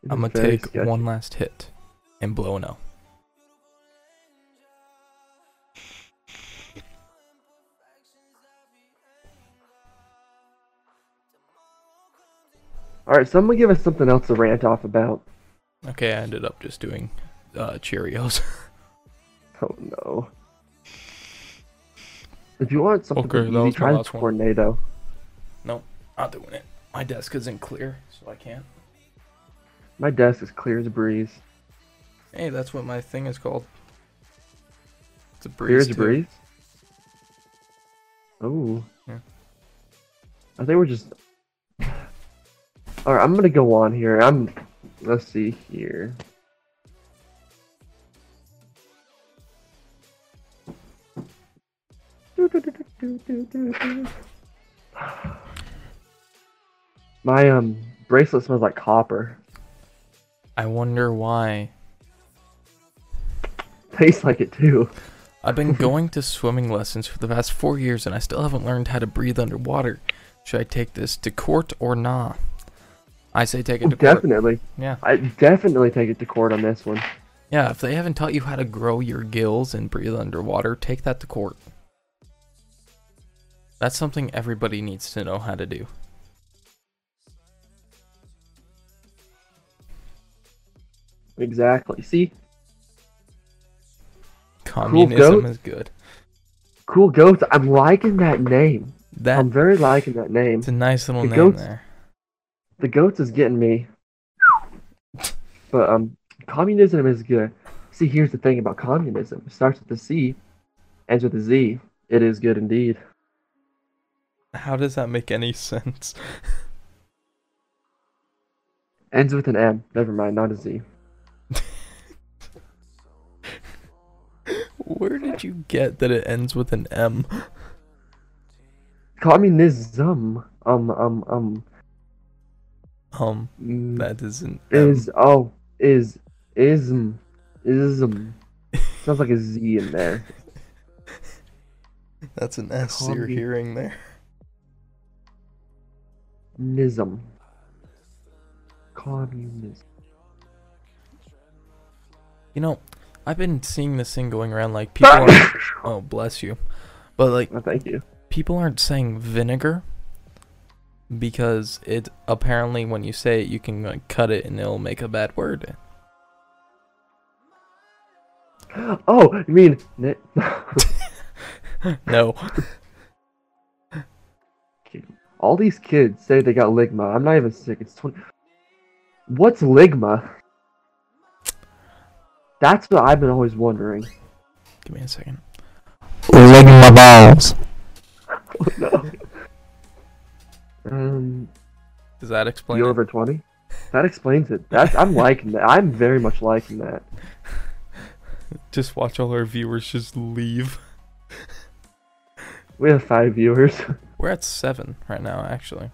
A: It's
B: I'm gonna
A: very
B: take
A: sketchy.
B: one last hit and blow an L.
A: All right, someone give us something else to rant off about.
B: Okay, I ended up just doing uh, Cheerios. [laughs]
A: Oh no. If you want something
B: Okay, that
A: easy,
B: was my
A: try the
B: last one.
A: tornado.
B: nope, not doing it. My desk isn't clear, so I can't.
A: My desk is clear as a breeze.
B: Hey, that's what my thing is called. It's a breeze.
A: Clear as a
B: too.
A: breeze. Oh.
B: Yeah.
A: I think we're just. All right, I'm gonna go on here. I'm. Let's see here. My um bracelet smells like copper. [laughs]
B: I wonder why.
A: Tastes like it too. [laughs]
B: I've been going to swimming lessons for the past four years and I still haven't learned how to breathe underwater. Should I take this to court or nah? I say take it to court.
A: Oh, Definitely.
B: Yeah.
A: I definitely take it to court on this one.
B: Yeah, if they haven't taught you how to grow your gills and breathe underwater, take that to court. That's something everybody needs to know how to do.
A: Exactly. See,
B: Communism
A: goat.
B: is good.
A: cool goats. I'm liking that name.
B: That's
A: I'm very liking that name.
B: a nice little
A: the
B: name
A: goats-
B: there.
A: The goats is getting me. But um, communism is good. See, here's the thing about communism. It starts with the C, ends with a Z. It is good indeed.
B: How does that make any [laughs] sense?
A: Ends with an M. Never mind, not a Z.
B: Where did you get that it ends with an M?
A: Communism. Um, um, um.
B: Um,
A: mm,
B: that is an M.
A: Is oh is ism ism. Sounds like a Z in there.
B: That's an S you're
A: Commu-
B: hearing there.
A: Nism. Communism.
B: You know, I've been seeing this thing going around like people
A: [laughs]
B: [laughs] are Oh, bless you. But like
A: Oh, thank you.
B: people aren't saying vinegar because it apparently when you say it you can like cut it and it'll make a bad word. [laughs]
A: Oh, you mean ni-
B: No.
A: [laughs] all these kids say they got ligma? I'm not even sick. It's twenty. What's ligma? That's what I've been always wondering.
B: Give me a second. Licking my balls.
A: Um,
B: Does that explain
A: you
B: it?
A: over twenty? That explains it. That's I'm liking that. I'm very much liking that.
B: Just watch all our viewers just leave. [laughs]
A: We have five viewers. [laughs]
B: We're at seven right now, actually.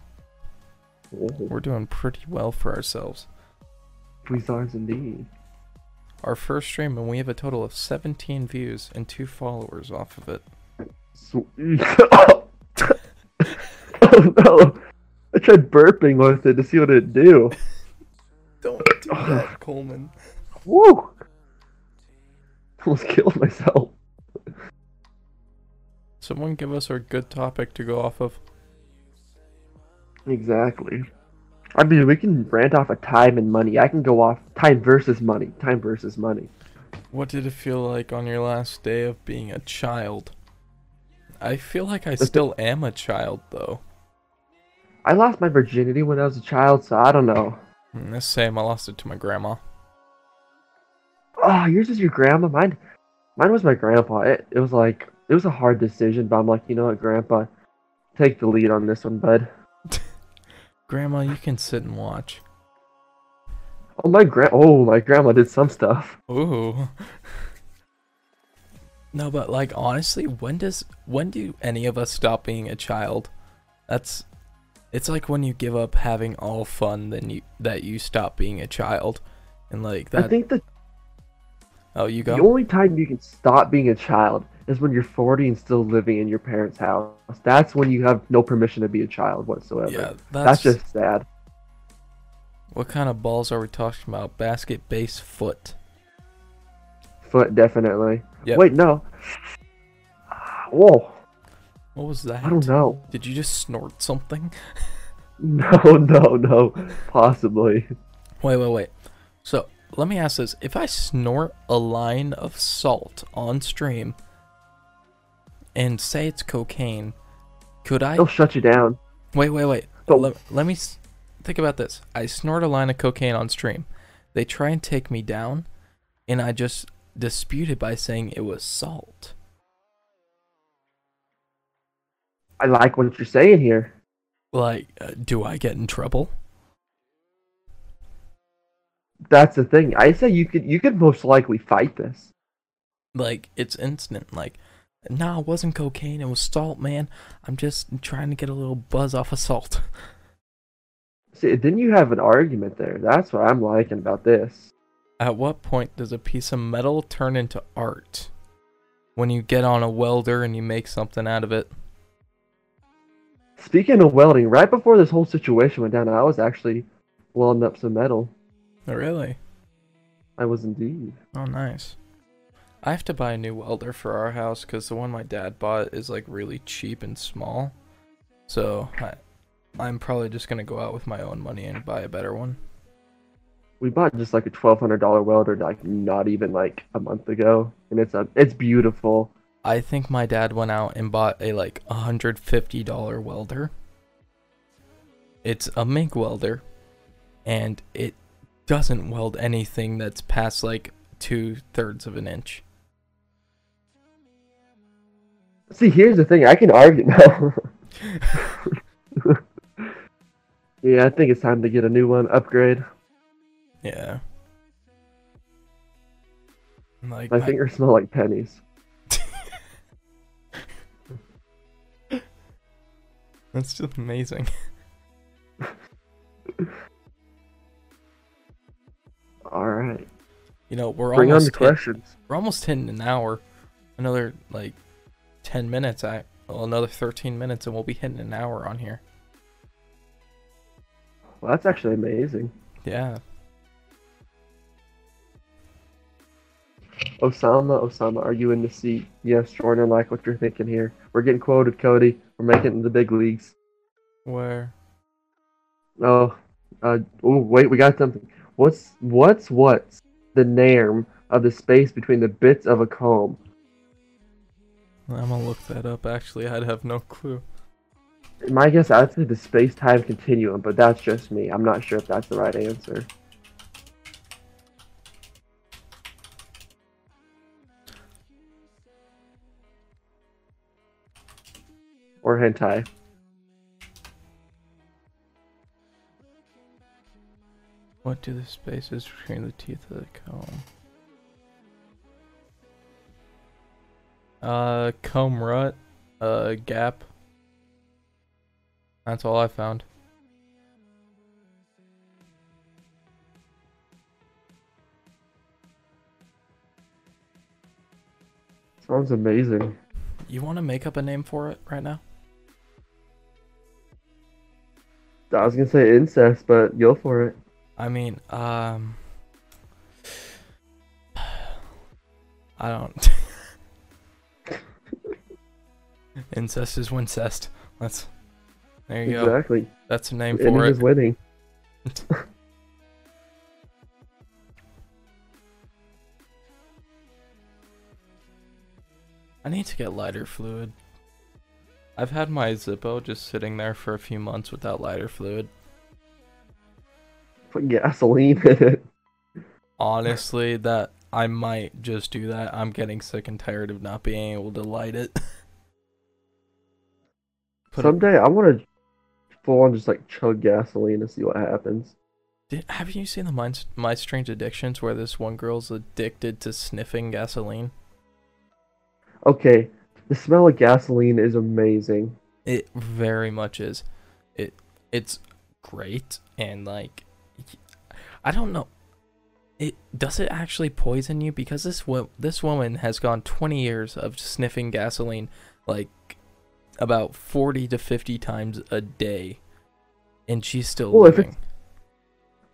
B: We're doing pretty well for ourselves.
A: We stars indeed.
B: Our first stream, and we have a total of 17 views and two followers off of it.
A: Sw- [laughs] oh no! I tried burping with it to see what it'd do.
B: Don't do that, Coleman.
A: Woo! [laughs] Almost killed myself.
B: Someone give us our good topic to go off of.
A: Exactly. I mean, we can rant off of time and money. I can go off time versus money. Time versus money.
B: What did it feel like on your last day of being a child? I feel like I
A: thi-
B: still am a child, though.
A: I lost my virginity when I was a child, so I don't know.
B: Mm, The same, I lost it to my grandma.
A: Oh, yours is your grandma. Mine, mine was my grandpa. It, it was like it was a hard decision, but I'm like, you know what, grandpa, take the lead on this one, bud.
B: Grandma, you can sit and watch.
A: Oh my grand, oh my grandma did some stuff.
B: Ooh. [laughs] No, but like honestly, when does when do any of us stop being a child? That's it's like when you give up having all fun then you that you stop being a child. And like
A: I
B: that
A: think the
B: Oh, you
A: The
B: go.
A: only time you can stop being a child is when you're 40 and still living in your parents' house. That's when you have no permission to be a child whatsoever.
B: Yeah,
A: that's,
B: that's,
A: just sad.
B: what kind of balls are we talking about? Basket base foot.
A: Foot definitely.
B: Yep.
A: Wait, no. Whoa,
B: What was that?
A: I don't know. [laughs]
B: Did you just snort something? [laughs]
A: No, no, no. Possibly.
B: Wait, wait, wait. So let me ask this: If I snort a line of salt on stream and say it's cocaine, could I?
A: They'll shut you down.
B: Wait, wait, wait.
A: So-
B: let, let me s- think about this. I snort a line of cocaine on stream. They try and take me down, and I just dispute it by saying it was salt.
A: I like what you're saying here.
B: Like, uh, do I get in trouble?
A: That's the thing. I say you could you could most likely fight this.
B: Like, it's instant. Like, nah, it wasn't cocaine. It was salt, man. I'm just trying to get a little buzz off of salt. [laughs]
A: See, then you have an argument there. That's what I'm liking about this.
B: At what point does a piece of metal turn into art? When you get on a welder and you make something out of it.
A: Speaking of welding, right before this whole situation went down, I was actually welding up some metal.
B: Really?
A: I was indeed.
B: Oh, nice. I have to buy a new welder for our house because the one my dad bought is like really cheap and small. So I, I'm probably just gonna go out with my own money and buy a better one.
A: We bought just like a twelve hundred dollar welder like not even like a month ago, and it's a it's beautiful.
B: I think my dad went out and bought a like $150 welder. It's a MIG welder and it doesn't weld anything that's past like two thirds of an inch.
A: See, here's the thing. I can argue now. [laughs] yeah, I think it's time to get a new one, upgrade.
B: Yeah. Like
A: My
B: my-
A: fingers smell like pennies.
B: That's just amazing.
A: All right,
B: You know, we're
A: bring on
B: almost
A: the
B: hit-
A: questions.
B: we're almost hitting an hour. Another like ten minutes. I well, another thirteen minutes, and we'll be hitting an hour on here.
A: Well, that's actually amazing.
B: Yeah.
A: Osama, Osama, are you in the seat? Yes, Jordan, like what you're thinking here. We're getting quoted, Cody. We're making it in the big leagues.
B: Where?
A: Oh, uh, oh, wait, we got something. What's what's what's the name of the space between the bits of a comb?
B: I'm gonna look that up. Actually, I'd have no clue.
A: My guess, I'd say the space-time continuum, but that's just me. I'm not sure if that's the right answer. Or hentai.
B: What do the spaces between the teeth of the comb? Uh, comb rut, uh, gap. That's all I found.
A: Sounds amazing.
B: You want to make up a name for it right now?
A: I was gonna say incest, but go for it.
B: I mean, um, [sighs] I don't. [laughs] Incest is wincest. That's there you go.
A: Exactly.
B: That's the name
A: And
B: for
A: he
B: it.
A: was winning.
B: I need to get lighter fluid. I've had my Zippo just sitting there for a few months without lighter fluid.
A: Put gasoline in it.
B: Honestly, that I might just do that. I'm getting sick and tired of not being able to light it. [laughs] Put a-
A: Someday I want to full on just like chug gasoline and see what happens.
B: Did, have you seen the My, My Strange Addictions where this one girl's addicted to sniffing gasoline?
A: Okay, the smell of gasoline is amazing.
B: It very much is. It it's great and like I don't know. It does it actually poison you because this wo- this woman has gone 20 years of sniffing gasoline like about 40 to 50 times a day and she's still
A: Well, if
B: living.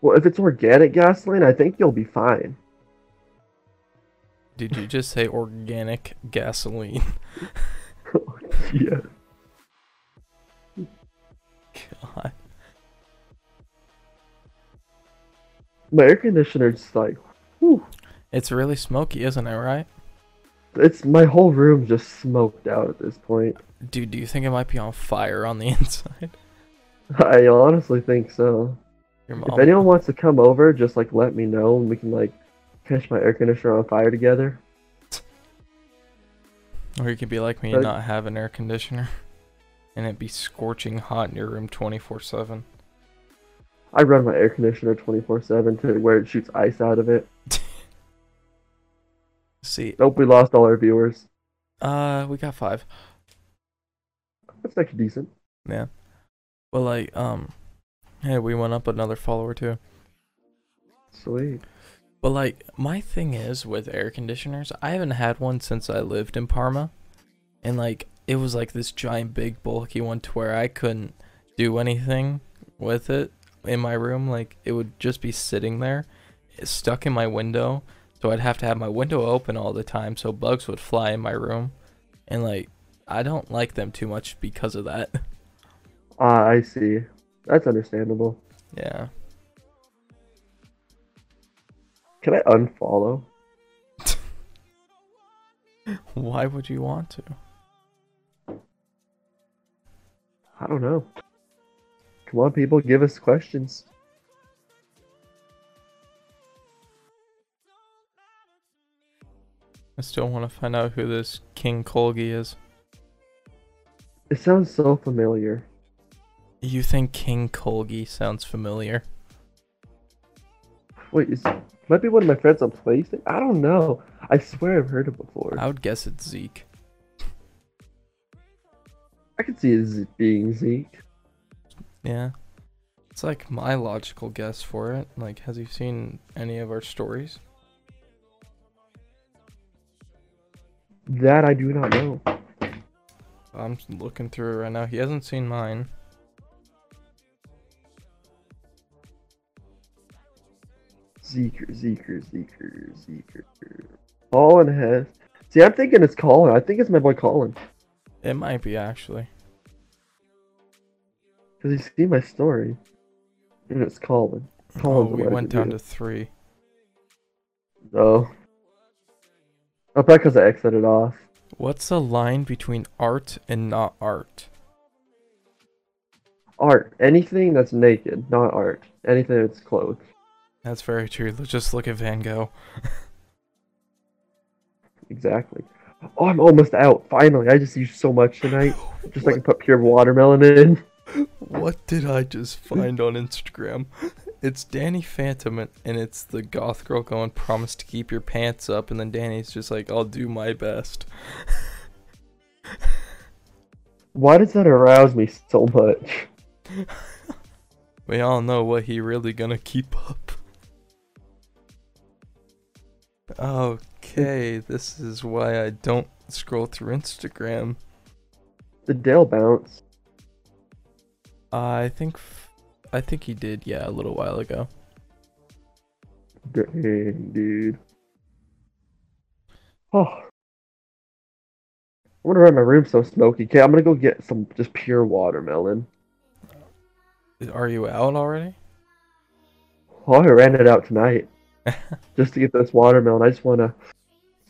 A: Well, if it's organic gasoline, I think you'll be fine. [laughs]
B: Did you just say organic gasoline? [laughs]
A: yeah.
B: God.
A: My air conditioner just like, whew,
B: It's really smoky, isn't it, right?
A: it's my whole room just smoked out at this point.
B: Dude, do you think it might be on fire on the [laughs] inside?
A: I honestly think so.
B: Your
A: If anyone wants to come over, just like let me know and we can like catch my air conditioner on fire together.
B: Or you could be like me
A: Right.
B: and not have an air conditioner. [laughs] And it'd be scorching hot in your room 24 7.
A: I run my air conditioner 24/7 to where it shoots ice out of it.
B: See,
A: Nope, we lost all our viewers.
B: uh, we got five.
A: That's actually decent.
B: Yeah. But, like, um, hey, we went up another follower too.
A: Sweet.
B: But, like, my thing is with air conditioners, I haven't had one since I lived in Parma. And, like, it was like this giant, big, bulky one to where I couldn't do anything with it in my room. Like, it would just be sitting there, stuck in my window. So I'd have to have my window open all the time so bugs would fly in my room. And, like, I don't like them too much because of that. [laughs]
A: Ah, I see. That's understandable.
B: Yeah.
A: Can I unfollow?
B: Why would you want to?
A: I don't know. Come on, people, give us questions.
B: I still want to find out who this King Colgi is.
A: It sounds so familiar.
B: You think King Colgi sounds familiar?
A: Wait, is might be one of my friends on PlayStation. I don't know. I swear I've heard it before.
B: I would guess it's Zeke.
A: I could see it z- being Zeke.
B: Yeah. It's like my logical guess for it. Like, has he seen any of our stories?
A: That I do not know.
B: I'm looking through it right now. He hasn't seen mine.
A: Zeker, Zeker, Zeker, Zeker. Colin has. See, I'm thinking it's Colin. I think it's my boy Colin
B: It might be actually.
A: because he's seen my story, and it's Colin.
B: Oh,
A: Colin's the
B: we
A: one who
B: went
A: did
B: down
A: it.
B: to three.
A: No. Oh, probably because I exited off.
B: What's the line between art and not art?
A: Art. Anything that's naked, not art. Anything that's clothes.
B: That's very true. Let's just look at Van Gogh.
A: Exactly. Oh, I'm almost out. Finally, I just used so much tonight. Just so I can put pure watermelon in.
B: What did I just find on Instagram? [laughs] It's Danny Phantom and and it's the goth girl going promise to keep your pants up and then Danny's just like I'll do my best.
A: Why does that arouse me so much?
B: We all know what he really gonna keep up. Okay, this is why I don't scroll through Instagram.
A: The Dale bounce.
B: I think f- I think he did, yeah, a little while ago.
A: Dang, dude. Oh. I wonder why my room's so smoky. Okay, I'm gonna go get some just pure watermelon.
B: Are you out already?
A: Oh, I ran it out tonight just to get this watermelon. I just wanna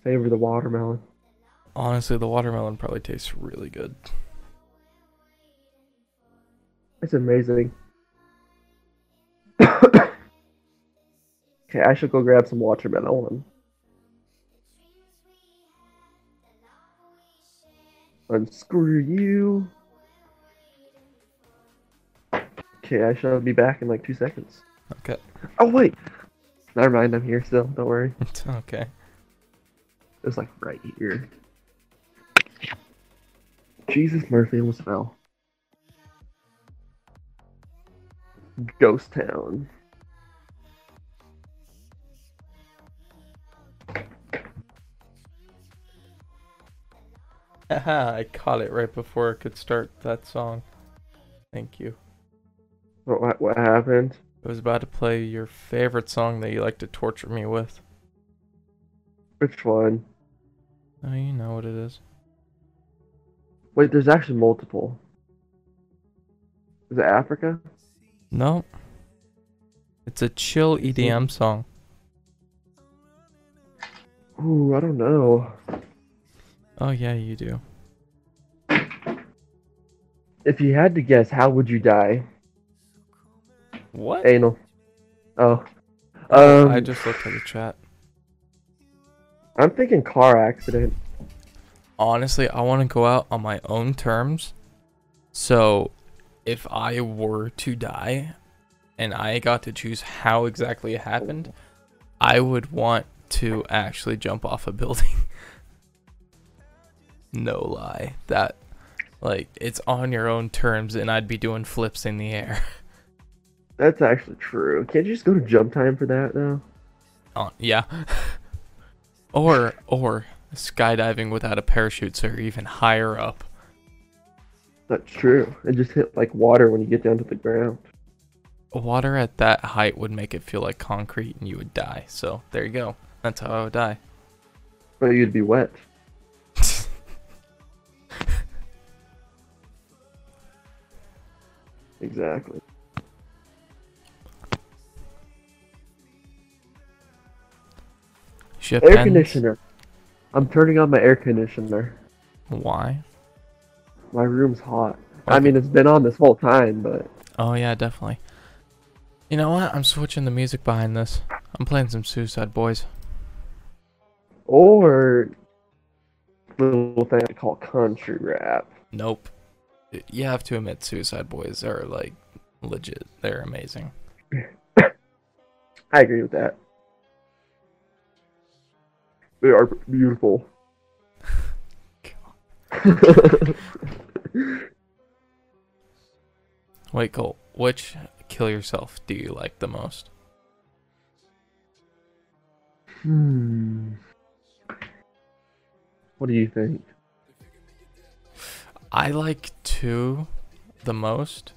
A: savor the watermelon.
B: Honestly, the watermelon probably tastes really good.
A: It's amazing. [coughs] okay, I should go grab some watermelon. Unscrew you. Okay, I shall be back in like two seconds.
B: Okay. [laughs]
A: Oh wait, never mind. I'm here still. Don't worry.
B: okay.
A: It was like right here. Jesus, Murphy almost fell. Ghost Town.
B: Haha, [laughs] I caught it right before it could start that song. Thank you.
A: What, what, what happened?
B: I was about to play your favorite song that you like to torture me with.
A: Which one?
B: Oh, you know what it is.
A: Wait, there's actually multiple. Is it Africa?
B: No, It's a chill EDM song.
A: Ooh, I don't know.
B: Oh yeah, you do.
A: If you had to guess, how would you die?
B: What?
A: Anal. Oh.
B: Oh,
A: Um,
B: I just looked at the chat.
A: I'm thinking car accident.
B: Honestly, I want to go out on my own terms. So, if I were to die and I got to choose how exactly it happened, I would want to actually jump off a building. [laughs] no lie. That like it's on your own terms and I'd be doing flips in the air. [laughs]
A: That's actually true. Can't you just go to jump time for that though?
B: on yeah [laughs] or or skydiving without a parachute so you're even higher up
A: That's true. It just hit like water when you get down to the ground.
B: water at that height would make it feel like concrete and you would die so there you go that's how i would die [laughs]
A: But you'd be wet. Exactly.
B: ship
A: Air
B: ends.
A: conditioner. I'm turning on my air conditioner.
B: why
A: My room's hot. I
B: Okay.
A: mean, it's been on this whole time, but
B: oh yeah definitely you know what i'm switching the music behind this i'm playing some suicide boys
A: or little thing I call country rap.
B: nope you have to admit suicide boys are like legit they're amazing
A: I agree with that. They are beautiful. [laughs] Hmm.
B: wait Cole, which kill yourself do you like the most
A: hmm. What do you think?
B: I like two the most.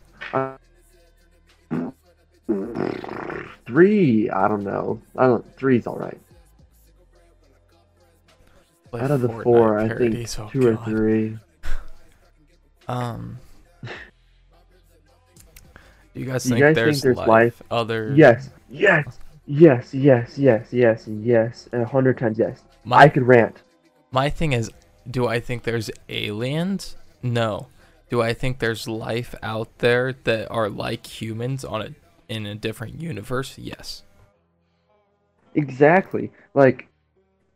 A: Three? I don't know. I don't. Three's all right.
B: Like
A: Out of the
B: Fortnite
A: four, I think
B: parodies, oh
A: two or
B: God.
A: three.
B: Um, do you guys
A: You
B: think,
A: guys think
B: there's,
A: there's
B: life,
A: life?
B: other?
A: Yes. Yes. Yes. Yes. Yes. Yes. Yes. And a hundred times yes. I
B: My
A: could rant.
B: my thing is, do I think there's aliens? No. Do I think there's life out there that are like humans on a in a different universe? Yes.
A: Exactly. Like,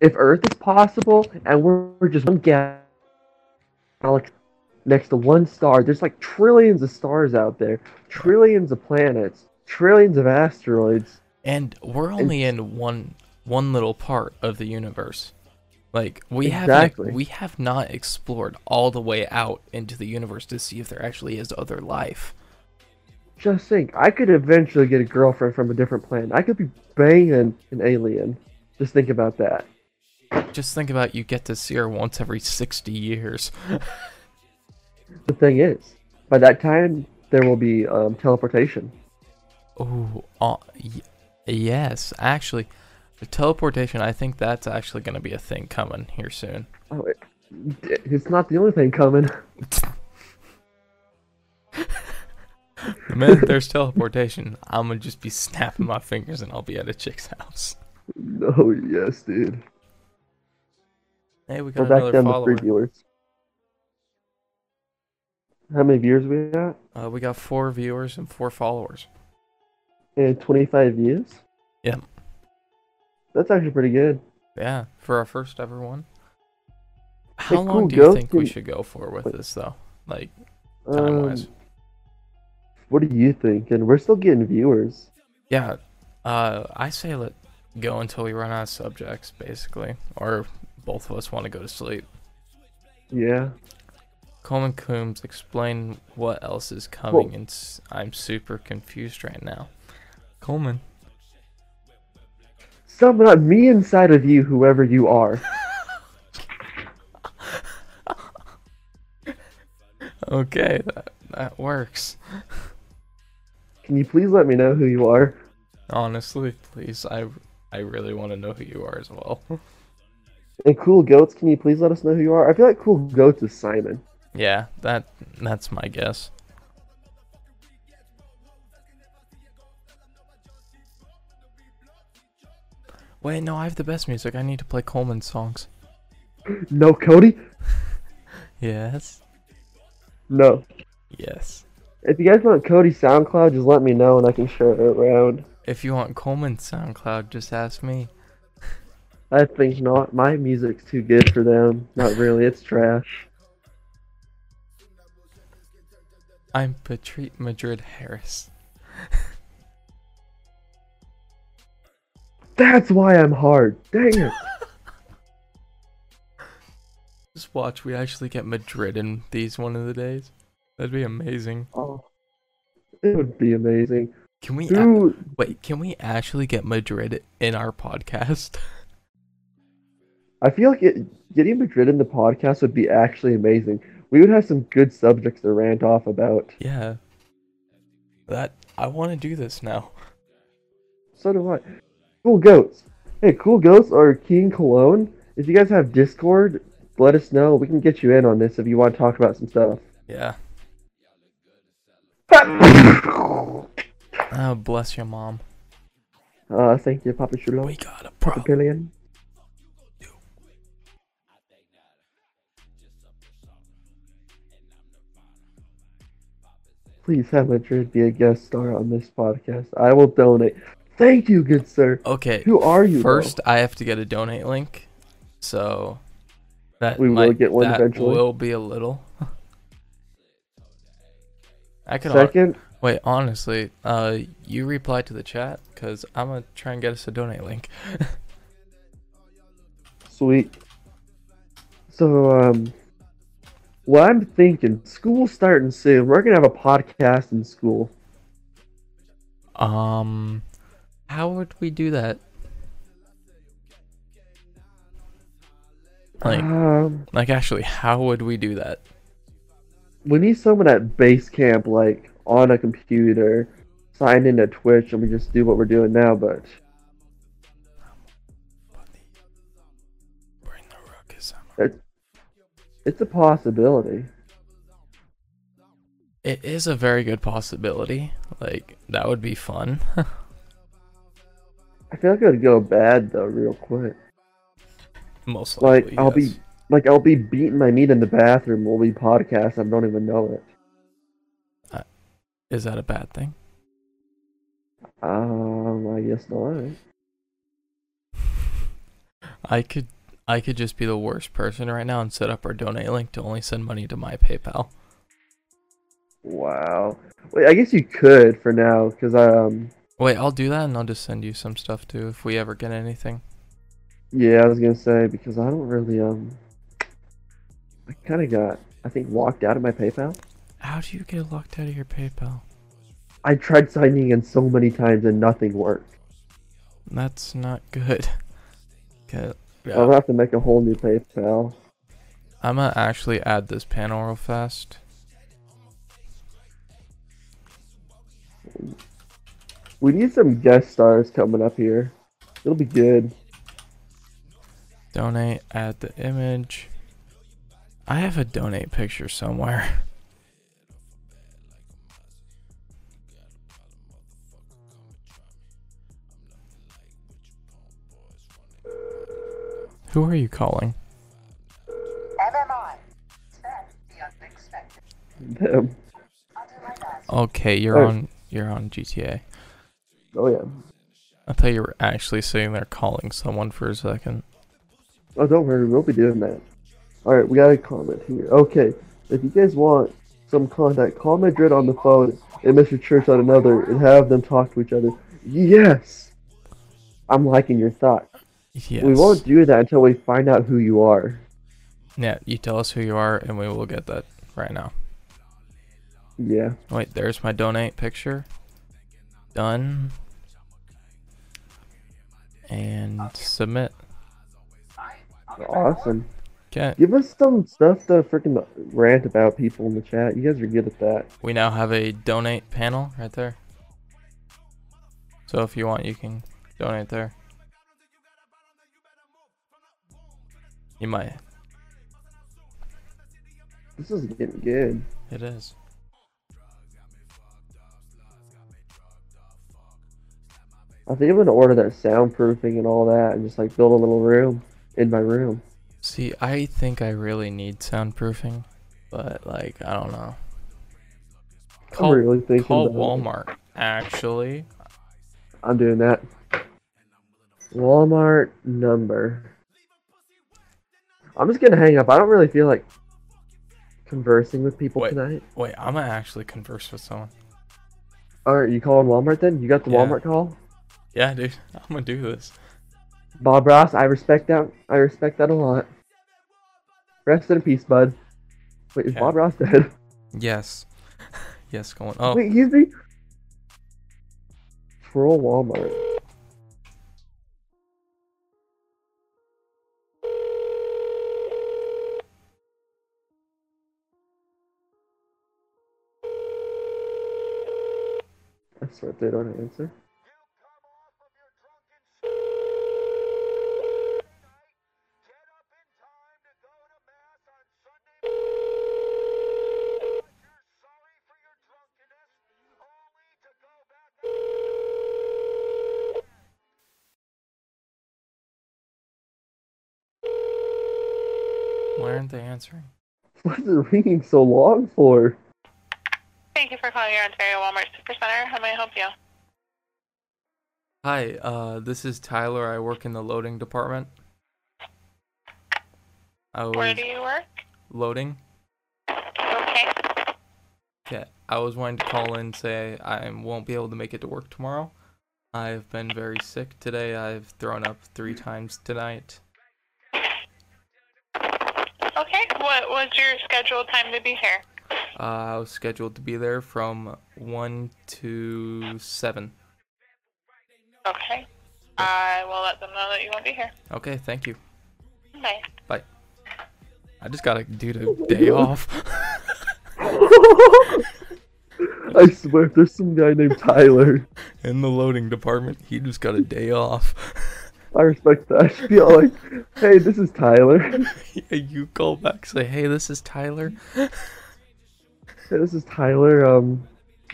A: if Earth is possible and we're, we're just one ga- galaxy next to one star, there's like trillions of stars out there, trillions of planets, trillions of asteroids.
B: And we're only in one one little part of the universe. Like we
A: Exactly.
B: haven't we have not explored all the way out into the universe to see if there actually is other life.
A: Just think, I could eventually get a girlfriend from a different planet. I could be banging an alien. Just think about that.
B: Just think about you get to see her once every 60 years.
A: The thing is, by that time, there will be um, teleportation.
B: Oh, uh, y- yes, actually the teleportation, I think that's actually going to be a thing coming here soon.
A: Oh, it, it's not the only thing coming. [laughs]
B: The minute there's teleportation, I'm going to just be snapping my fingers and I'll be at a chick's house.
A: Oh, yes, dude.
B: Hey, we got
A: We're back
B: another
A: down to
B: follower.
A: three viewers. How many viewers we got?
B: Uh, we got four viewers and four followers.
A: And 25 views?
B: Yeah.
A: That's actually pretty good.
B: Yeah, for our first ever one. How long
A: cool,
B: do you
A: go
B: think we
A: to-
B: should go for with this though? Like time
A: Um,
B: wise.
A: what do you think? And we're still getting viewers.
B: Yeah. Uh I say let go until we run out of subjects, basically. Or both of us want to go to sleep.
A: Yeah.
B: Coleman Coombs, explain what else is coming and s- I'm super confused right now. Coleman.
A: Summon up me inside of you, whoever you are.
B: Okay, that, that works.
A: Can you please let me know who you are?
B: Honestly, please. I I really want to know who you are as well. [laughs]
A: And Cool Goats, can you please let us know who you are? I feel like Cool Goats is Simon.
B: Yeah, that that's my guess. Wait, no, I have the best music. I need to play Coleman's songs.
A: No, Cody?
B: Yes.
A: No.
B: Yes.
A: If you guys want Cody's SoundCloud, just let me know and I can share it around.
B: If you want Coleman's SoundCloud, just ask me.
A: I think not. My music's too good for them. Not really. It's trash.
B: I'm Patrick Madrid Harris.
A: That's why I'm hard. Dang it.
B: Just watch, we actually get Madrid in these one of the days. That'd be amazing.
A: Oh, it would be amazing.
B: Can we a-
A: Who?
B: wait? Can we actually get Madrid in our podcast?
A: I feel like it, getting Madrid in the podcast would be actually amazing. We would have some good subjects to rant off about.
B: yeah. That I want to do this now.
A: So do I. Cool goats. Hey, cool goats are King Cologne. If you guys have Discord, let us know. We can get you in on this if you want to talk about some
B: [laughs]
A: stuff.
B: Yeah. Oh, bless your mom.
A: uh, thank you, Papa Chulo.
B: We got a problem.
A: Papillion. Please have Madrid be a guest star on this podcast. I will donate. Thank you, good sir.
B: Okay.
A: Who are you? though?
B: First, I have to get a donate link, so that
A: We will
B: might-
A: get one
B: that
A: eventually.
B: Will be a little. I could al-
A: second,
B: wait. Honestly, uh, you reply to the chat because I'm gonna try and get us a donate link.
A: Sweet. So, um, well, I'm thinking school's starting soon. We're gonna have a podcast in school.
B: Um, how would we do that? Like,
A: Um,
B: like actually, how would we do that?
A: we need someone at base camp, like on a computer, sign into Twitch, and we just do what we're doing now. But
B: Bring the ruckus. I'm-
A: it's a possibility.
B: It is a very good possibility. Like that would be fun. [laughs]
A: I feel like it would go bad though, real quick.
B: Most
A: Like,
B: likely.
A: I'll be-
B: Oh, yes.
A: Like I'll be beating my meat in the bathroom while we podcast. I don't even know it.
B: Is that a bad thing?
A: Um, I guess not.
B: I could I could just be the worst person right now and set up our donate link to only send money to my PayPal.
A: Wow. Wait, I guess you could for now, because um,
B: Wait, I'll do that and I'll just send you some stuff too if we ever get anything.
A: Yeah, I was gonna say because I don't really um. I kind of got I think locked out of my PayPal.
B: How do you get locked out of your PayPal?
A: I tried signing in so many times and nothing worked.
B: That's not good. [laughs] 'Kay,
A: I'll
B: yeah.
A: have to make a whole new PayPal.
B: I'm gonna actually add this panel real fast.
A: We need some guest stars coming up here. It'll be good. [laughs]
B: Donate, add the image. I have a donate picture somewhere. [laughs] Who are you calling?
C: MMI. Expect the unexpected.
A: Them.
C: I'll do my best.
B: Okay, you're
A: Oh.
B: on you're on GTA.
A: Oh yeah.
B: I thought you were actually sitting there calling someone for a second.
A: Oh, don't worry, we'll be doing that. All right, we got a comment here. Okay, if you guys want some contact, call Madrid on the phone and Mr. Church on another, and have them talk to each other. Yes, I'm liking your thought.
B: Yes.
A: We won't do that until we find out who you are.
B: Yeah, you tell us who you are and we will get that right now.
A: Yeah.
B: Wait, there's my donate picture. Done. And submit.
A: Awesome.
B: Okay,
A: Give us some stuff to freaking rant about people in the chat. You guys are good at that.
B: we now have a donate panel right there. So if you want, you can donate there. You might.
A: This is getting good.
B: It is.
A: I I think I'm gonna order that soundproofing and all that, and just like build a little room in my room.
B: See, I think I really need soundproofing, but like I don't know. Call,
A: I'm really thinking
B: call
A: about it.
B: Walmart. Actually,
A: I'm doing that. Walmart number. I'm just gonna hang up. I don't really feel like conversing with people
B: Wait.
A: tonight.
B: wait, I'm gonna actually converse with someone.
A: All right, you calling Walmart then? You got the
B: Yeah.
A: Walmart call,
B: Yeah, dude, [laughs] I'm gonna do this.
A: Bob Ross. I respect that. I respect that a lot. Rest in peace, bud. Wait, is
B: Yeah.
A: Bob Ross dead?
B: Yes, [laughs] yes, going. Oh,
A: Wait, he's the troll Walmart. I swear they don't answer. [laughs]
B: why aren't they answering?
A: What's it ringing so long for?
C: Thank you for calling your Ontario Walmart Supercenter. How may I help you?
B: Hi, uh, this is Tyler. I work in the loading department. I
C: Where
B: was
C: do you work?
B: loading.
C: Okay.
B: Yeah, I was wanting to call in say I won't be able to make it to work tomorrow. I've been very sick today. I've thrown up three times tonight.
C: Okay. What was your scheduled time to be here?
B: Uh, I was scheduled to be there from one to seven.
C: Okay. I will let them know that you won't be here.
B: Okay, thank you.
C: Bye.
B: Bye. I just got a dude a day off.
A: I swear, there's some guy named Tyler.
B: in the loading department, he just got a day off. [laughs]
A: I respect that. [laughs] I feel like, hey, this is Tyler.
B: Yeah, you call back, say, "Hey, this is Tyler."
A: Hey, this is Tyler. Um,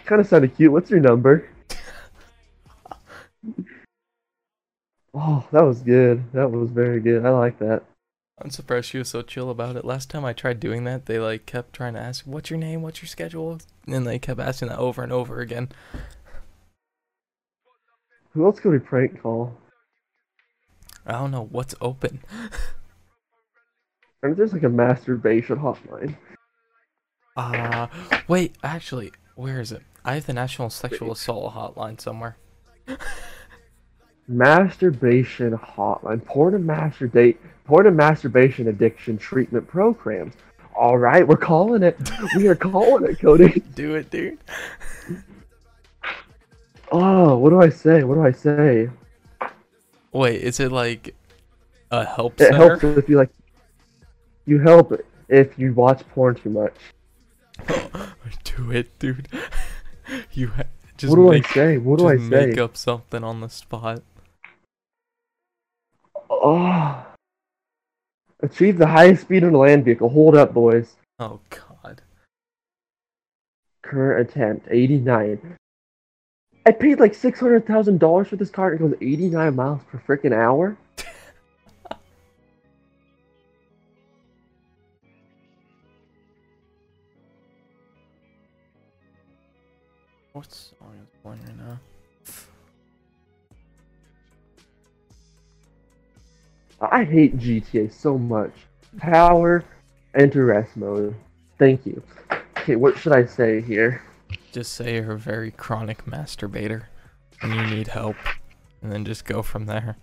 A: kind of sounded cute. What's your number? oh, that was good. That was very good. I like that.
B: I'm surprised she was so chill about it. Last time I tried doing that, they like kept trying to ask, "What's your name? What's your schedule?" And they kept asking that over and over again.
A: Who else could we prank call?
B: I don't know what's open.
A: I mean, there's like a masturbation hotline.
B: Uh, wait, actually, where is it? I have the National Sexual Assault Hotline somewhere.
A: Masturbation hotline. Porn and masturbate. Porn and masturbation addiction treatment programs. All right, we're calling it. We are calling it, Cody. [laughs]
B: Do it, dude.
A: Oh, what do I say? What do I say?
B: Wait, is it like a help
A: It
B: center?
A: helps if you like. You help if you watch porn too much.
B: [laughs] do it, dude. you ha- just
A: what do
B: make,
A: I say? What do I
B: just
A: say?
B: make up something on the spot.
A: Oh. Achieve the highest speed in a land vehicle. Hold up, boys.
B: Oh God.
A: Current attempt, 89. I paid like $600,000 for this car and it goes 89 miles per freaking hour?
B: What song is playing right now?
A: I hate GTA so much. Power, enter rest mode. Thank you. Okay, what should I say here?
B: Just say you're a very chronic masturbator and you need help, and then just go from there.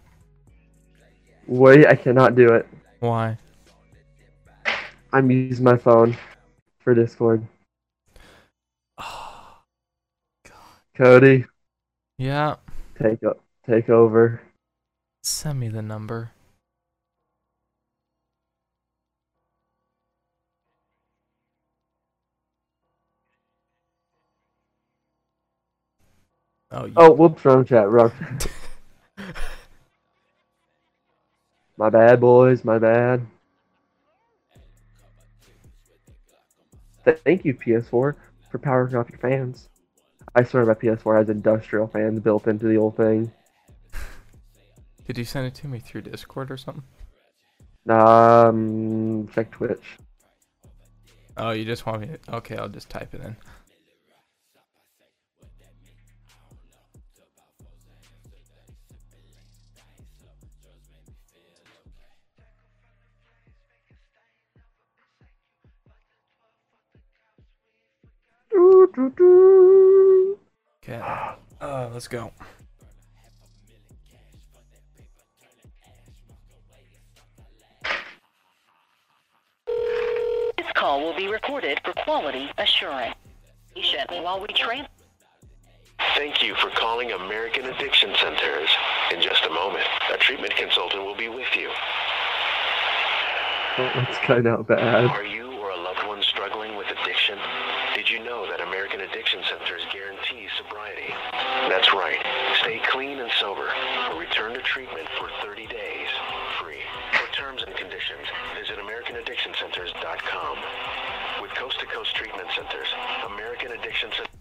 A: Wait, I cannot do it.
B: Why?
A: I'm using my phone for Discord. Cody,
B: Yeah,
A: take up, take over.
B: send me the number. Oh, you,
A: Oh, whoops, wrong chat, wrong. my bad, boys, my bad. Th- Thank you, PS4, for powering up your fans. I swear my PS4 has industrial fans built into the old thing.
B: Did you send it to me through Discord or something?
A: Um, check Twitch.
B: Oh, you just want me to. Okay, I'll just type it in.
A: Doo, doo, doo.
B: Okay. Uh, let's go.
D: This call will be recorded for quality assurance. While we trans-
E: Thank you for calling American Addiction Centers. In just a moment, a treatment consultant will be with you.
A: Well, Oh, that's kind of bad.
E: Are you or a loved one struggling with addiction? Did you know that American Addiction Centers guarantees sobriety? That's right. Stay clean and sober or return to treatment for 30 days free. For terms and conditions, visit AmericanAddictionCenters.com. With Coast to Coast Treatment Centers, American Addiction Centers.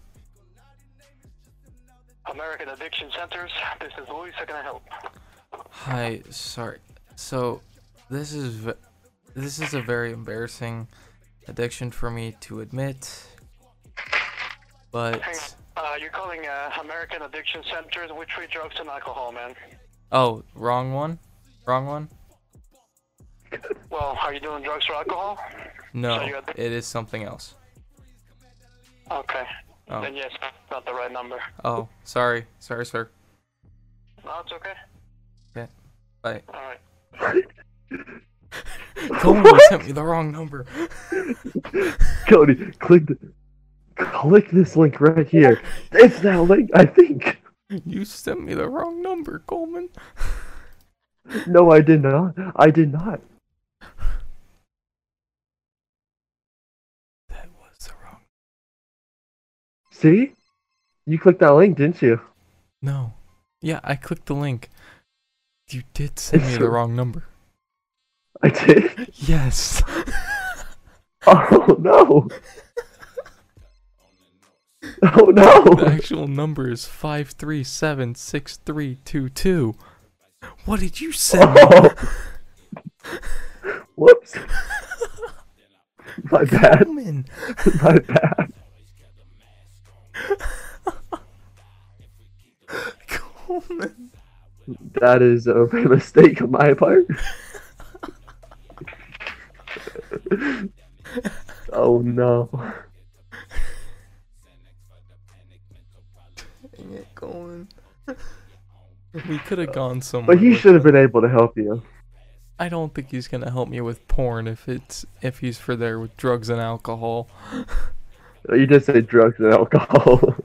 E: American Addiction Centers, this is Luis. How can I help?
B: Hi, sorry. So, this is v- this is a very embarrassing addiction for me to admit,
E: Hey,
B: but
E: uh, you're calling uh, American Addiction Centers. We treat drugs and alcohol, man.
B: oh, wrong one, wrong one.
E: Well, are you doing drugs or alcohol?
B: No, it is something else.
E: Okay.
B: Oh.
E: Then yes, not the right number.
B: Oh, sorry, sorry, sir.
E: No, it's okay.
B: Okay, bye.
E: All right.
B: Cody sent me the wrong number.
A: Cody, click the, click this link right here. It's that link, I think.
B: You sent me the wrong number, Coleman.
A: No, I did not. I did not.
B: That was the wrong.
A: See? You clicked that link, didn't you?
B: No. Yeah, I clicked the link. You did send me the wrong number.
A: I did. [laughs]
B: Yes. [laughs]
A: Oh no. Oh [laughs]
B: The
A: no.
B: actual number is five three seven six three two two. What did you send? me?
A: Oh. Whoops. [laughs] My bad.
B: Coleman?
A: My bad.
B: Coleman.
A: That is a [laughs] mistake on my part. oh no.
B: Dang it, Coleman. We could have gone
A: Uh,
B: somewhere.
A: But he
B: with
A: should have
B: that.
A: been able to help you.
B: I don't think he's gonna help me with porn if it's if he's for there with drugs and alcohol.
A: You did say drugs and alcohol.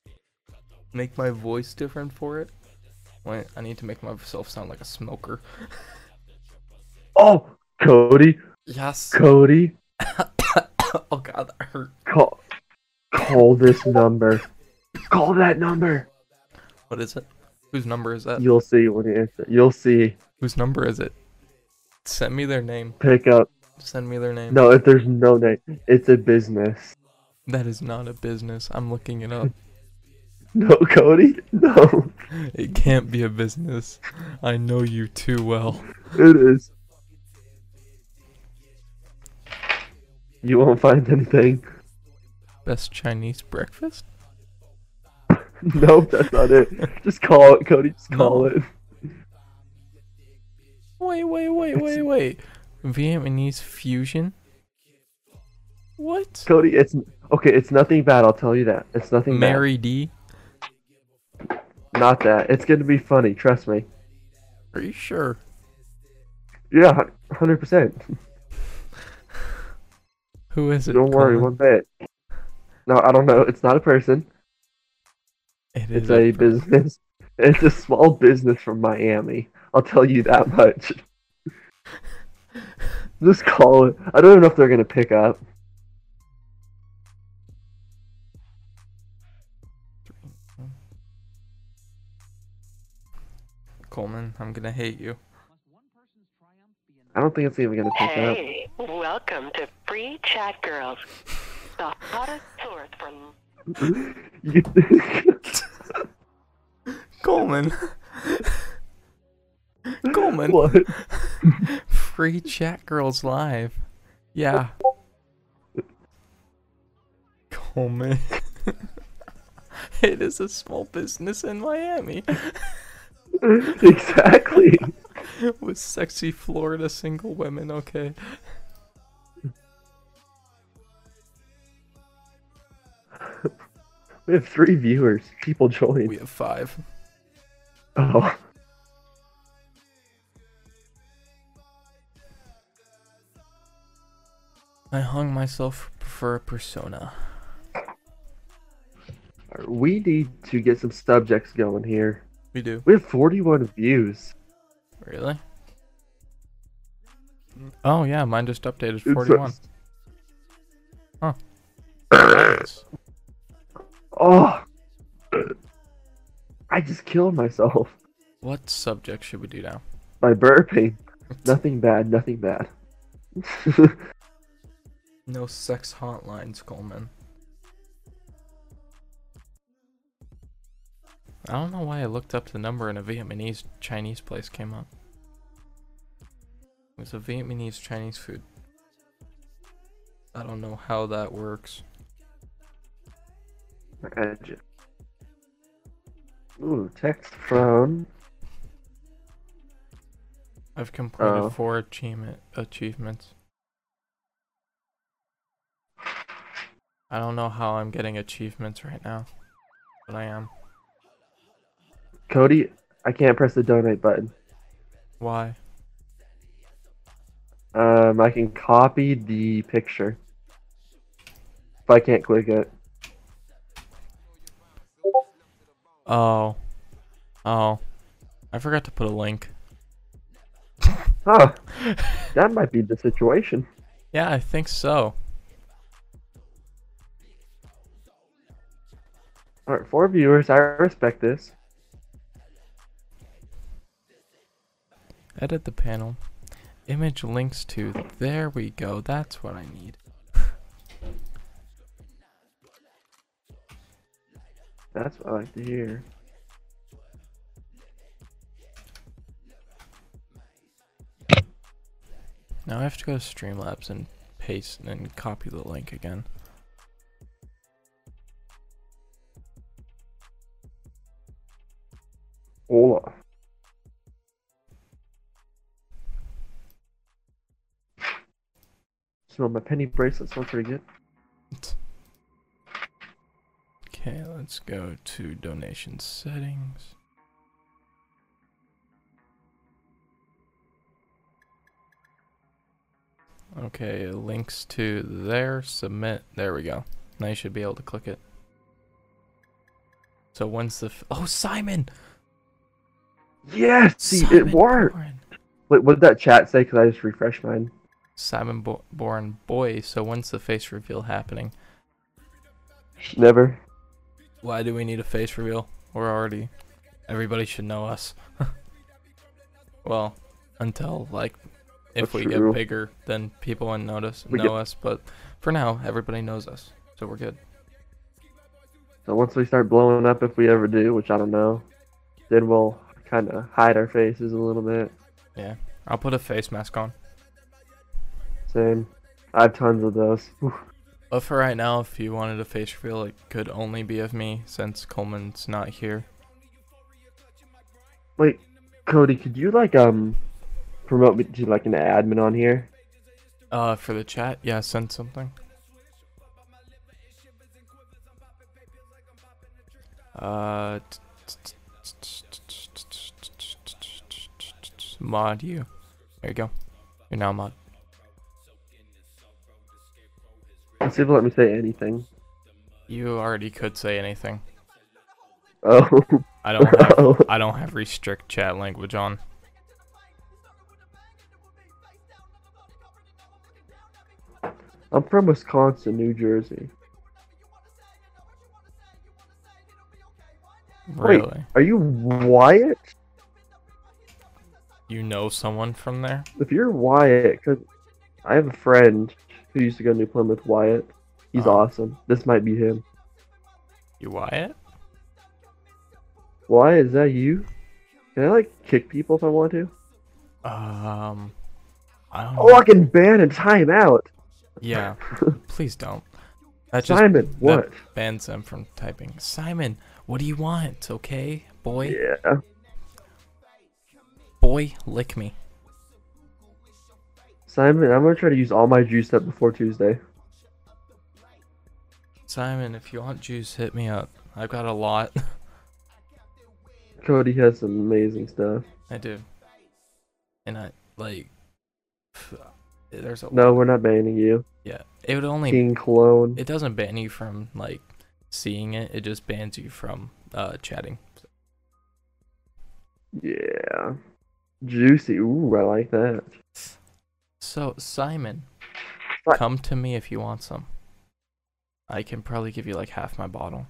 A: [laughs]
B: Make my voice different for it. Wait, I need to make myself sound like a smoker.
A: oh, Cody, [laughs]
B: Yes.
A: Cody,
B: [laughs] Oh god, that hurt.
A: call, call this number. Call that number.
B: What is it? Whose number is that?
A: You'll see when you answer. You'll see.
B: Whose number is it? Send me their name.
A: Pick up.
B: Send me their name.
A: No, if there's no name, it's a business.
B: That is not a business. I'm looking it up.
A: No, Cody. No,
B: it can't be a business. I know you too well.
A: it is. You won't find anything. [laughs]
B: Best Chinese breakfast?
A: Nope, that's not it. Just call it, Cody. Just call
B: No.
A: it.
B: Wait, wait, wait, wait, wait. Vietnamese fusion? What?
A: Cody, it's okay. It's nothing bad. I'll tell you that. It's nothing bad.
B: Mary D?
A: Not that. It's gonna be funny. Trust me.
B: Are you sure?
A: Yeah, hundred percent.
B: Who is it?
A: Don't worry one
B: Colin?
A: bit. No, I don't know. It's not a person.
B: It
A: It's
B: is
A: a
B: person.
A: business. [laughs] It's a small business from Miami. I'll tell you that much. [laughs] Just call it. I don't even know if they're gonna pick up.
B: Coleman, I'm gonna hate you.
A: I don't think it's even gonna pick up.
D: Hey, welcome to Free Chat Girls, the hottest source for
A: You- [laughs]
B: Coleman! Coleman.
A: What?
B: Free chat girls live. Yeah. Coleman. [laughs] it is a small business in Miami
A: [laughs] exactly.
B: with sexy Florida single women. Okay.
A: We have three viewers. People joined.
B: We have five.
A: Oh.
B: I hung myself for a persona.
A: We need to get some subjects going here.
B: We do.
A: We have 41 views.
B: Really? Oh yeah, mine just updated
A: It's-
B: 41. Huh.
A: Oh. I just killed myself
B: What subject should we do now?
A: by burping. Nothing bad, nothing bad. [laughs]
B: No sex hotlines, Coleman. I don't know why I looked up the number and a Vietnamese Chinese place came up. It was a Vietnamese Chinese food. I don't know how that works.
A: Magic. Ooh, text from.
B: I've completed
A: Oh.
B: four achievement achievements. I don't know how I'm getting achievements right now, but I am.
A: Cody, I can't press the donate button.
B: Why?
A: Um, I can copy the picture. But I can't click it.
B: Oh, oh, I forgot to put a link.
A: Huh. that might be the situation.
B: Yeah, I think so.
A: Alright, four viewers. I respect this.
B: Edit the panel. Image links to. There we go. That's what I need.
A: That's what I like to hear.
B: Now I have to go to Streamlabs and paste and copy the link again.
A: Hola. Smell my penny bracelet. Smells pretty good.
B: Okay, let's go to donation settings. Okay, links to there, submit. There we go. Now you should be able to click it. So when's the. F- oh, Simon!
A: Yes, see,
B: Simon
A: it worked.
B: Bourne.
A: Wait, what did that chat say? Because I just refreshed mine.
B: Simon Bo- Bourne, boy, so when's the face reveal happening?
A: Never.
B: Why do we need a face reveal? We're already. Everybody should know us. [laughs] well, until, like, if
A: That's
B: we
A: true.
B: get bigger, then people won't notice,
A: We
B: know
A: get-
B: us. But for now, everybody knows us. So we're good.
A: So once we start blowing up, if we ever do, which I don't know, then we'll kind of hide our faces a little bit.
B: I'll put a face mask on.
A: Same. I have tons of those. Oof.
B: But for right now, if you wanted a face reveal, it could only be of me since Coleman's not here.
A: Wait, Cody, could you like um promote me to like an admin on here?
B: Uh, for the chat, yeah, send something. Uh, t- t- t- t- t- mod you. There you go. You're now mod.
A: Let's see if it'll let me say anything. [laughs]
B: You already could say anything.
A: Oh,
B: I don't have.
A: [laughs] oh.
B: I don't have restrict chat language on.
A: I'm from Wisconsin, New Jersey.
B: Really?
A: Are you Wyatt?
B: You know someone from there?
A: If you're Wyatt, 'cause I have a friend who used to go to New Plymouth, Wyatt. He's
B: Oh.
A: awesome. This might be him.
B: You Wyatt?
A: Why is that you? Can I like kick people if I want to?
B: Um, I don't.
A: Oh,
B: Know.
A: I can ban and time out. [laughs]
B: Yeah, please don't. That just
A: Simon,
B: that
A: what?
B: bans them from typing. Simon, what do you want? Okay, boy,
A: Yeah.
B: boy, lick me.
A: Simon, I'm gonna try to use all my juice up before Tuesday.
B: Simon, if you want juice, hit me up. I've got a lot. [laughs]
A: Cody has some amazing stuff.
B: I do. And I like. [sighs] There's a
A: No, we're not banning you.
B: yeah. It would only
A: King Clone.
B: it doesn't ban you from like seeing it. It just bans you from uh chatting.
A: Yeah. Juicy. Ooh, I like that.
B: So Simon,
A: What?
B: come to me if you want some. I can probably give you like half my bottle.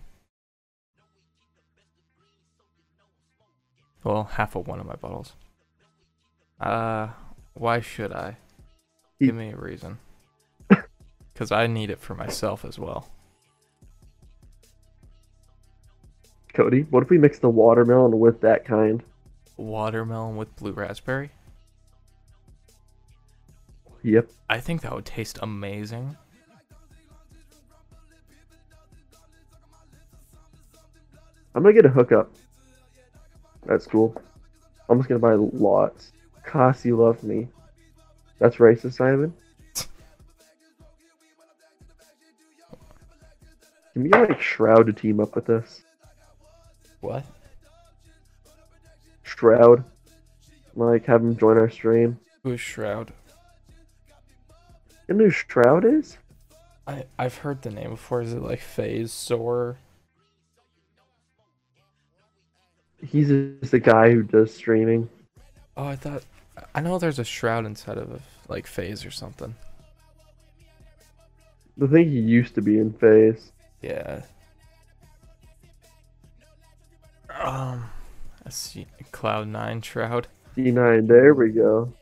B: Well, half of one of my bottles. Uh, why should I?
A: He-
B: Give me
A: [laughs]
B: a reason. Cause I need it for myself as well.
A: Cody, what if we mix the watermelon with that kind?
B: Watermelon with blue raspberry.
A: Yep.
B: I think that would taste amazing.
A: I'm gonna get a hookup. That's cool. I'm just gonna buy lots. Kasi loves me. That's racist, Simon. Can we get like Shroud to team up with us?
B: What?
A: Shroud. Like have him join our stream.
B: Who's Shroud?
A: You know who Shroud is?
B: I I've heard the name before. Is it like Phase Soar?
A: He's just the guy who does streaming.
B: Oh, I thought I know there's a shroud inside of like Phase or something.
A: I think he used to be in phase.
B: Yeah. Um, I see Cloud Nine Shroud.
A: D9, there we go.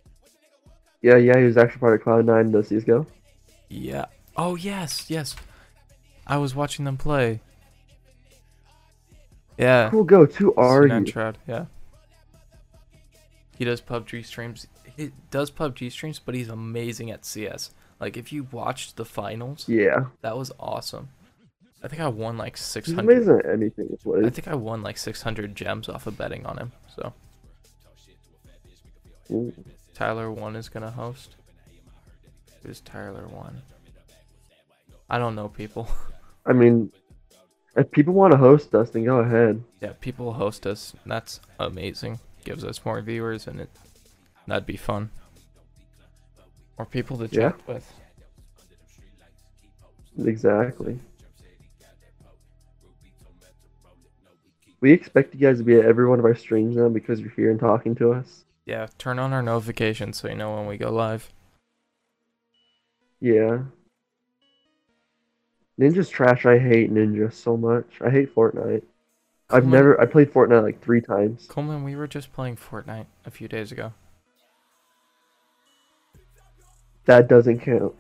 A: Yeah, yeah, he was actually part of Cloud9 does these go?
B: Yeah. Oh yes, yes. I was watching them play. Yeah.
A: Cool go, two are
B: C9
A: you?
B: Shroud, Yeah. He does PUBG streams. He does PUBG streams, but he's amazing at CS. Like if you watched the finals,
A: Yeah.
B: that was awesome. I think I won like six
A: He's
B: hundred.
A: amazing at anything. Is what
B: I
A: it
B: think I won like 600 gems off of betting on him. So
A: is.
B: Tyler One is gonna host. Who's Tyler One? I don't know people. [laughs]
A: I mean, if people want to host us, then go ahead.
B: yeah, people host us. That's amazing. Gives us more viewers, and it that'd be fun. Or people to
A: Yeah.
B: chat with.
A: Exactly. We expect you guys to be at every one of our streams now because you're here and talking to us.
B: Yeah, turn on our notifications so you know when we go live.
A: Yeah. Ninja's trash. I hate Ninja so much. I hate Fortnite. I've
B: Coleman-
A: never. I played Fortnite like three times.
B: Coleman, we were just playing Fortnite a few days ago.
A: That doesn't count.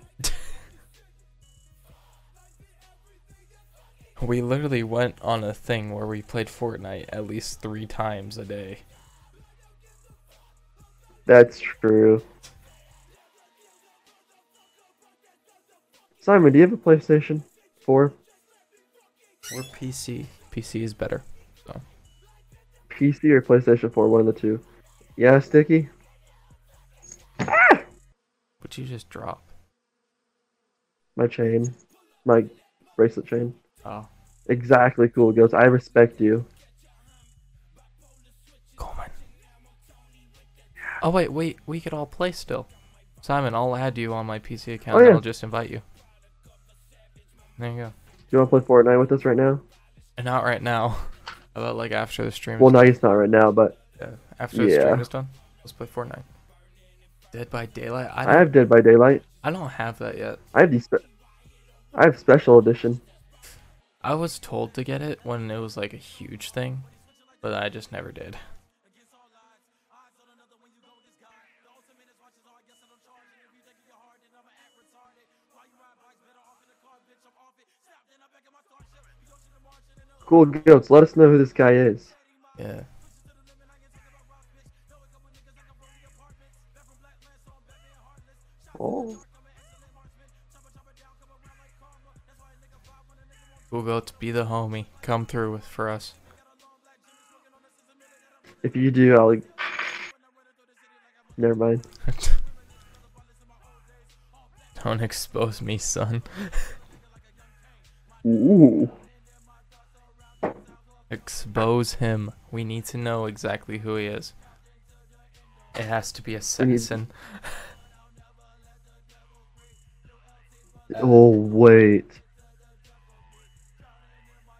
B: We literally went on a thing where we played Fortnite at least three times a day.
A: That's true. Simon, do you have a PlayStation 4?
B: We're PC. PC is better. So
A: PC or PlayStation 4, one of the two. Yeah, Sticky?
B: would you just drop?
A: My chain. My bracelet chain.
B: Oh.
A: Exactly, cool goes. I respect you.
B: Coleman. Oh wait, wait, we could all play still. Simon, I'll add you on my PC account
A: Oh,
B: and
A: yeah.
B: I'll just invite you. There you go.
A: Do you want to play Fortnite with us right now?
B: And not right now. [laughs] How about like after the stream
A: Well,
B: is
A: no, it's not right now, but
B: uh, after the
A: yeah.
B: stream is done? Let's play Fortnite. Dead by Daylight? I
A: I
B: don't,
A: have Dead by Daylight.
B: I don't have that yet.
A: I have these. Spe- I have Special Edition.
B: I was told to get it when it was like a huge thing, but I just never did.
A: Cool goats, let us know who this guy is.
B: Yeah. Oh. Google, be the homie. Come through with for us.
A: If you do, I'll. Never mind.
B: [laughs] Don't expose me, son.
A: Ooh.
B: Expose him. We need to know exactly who he is. It has to be a citizen.
A: Oh wait.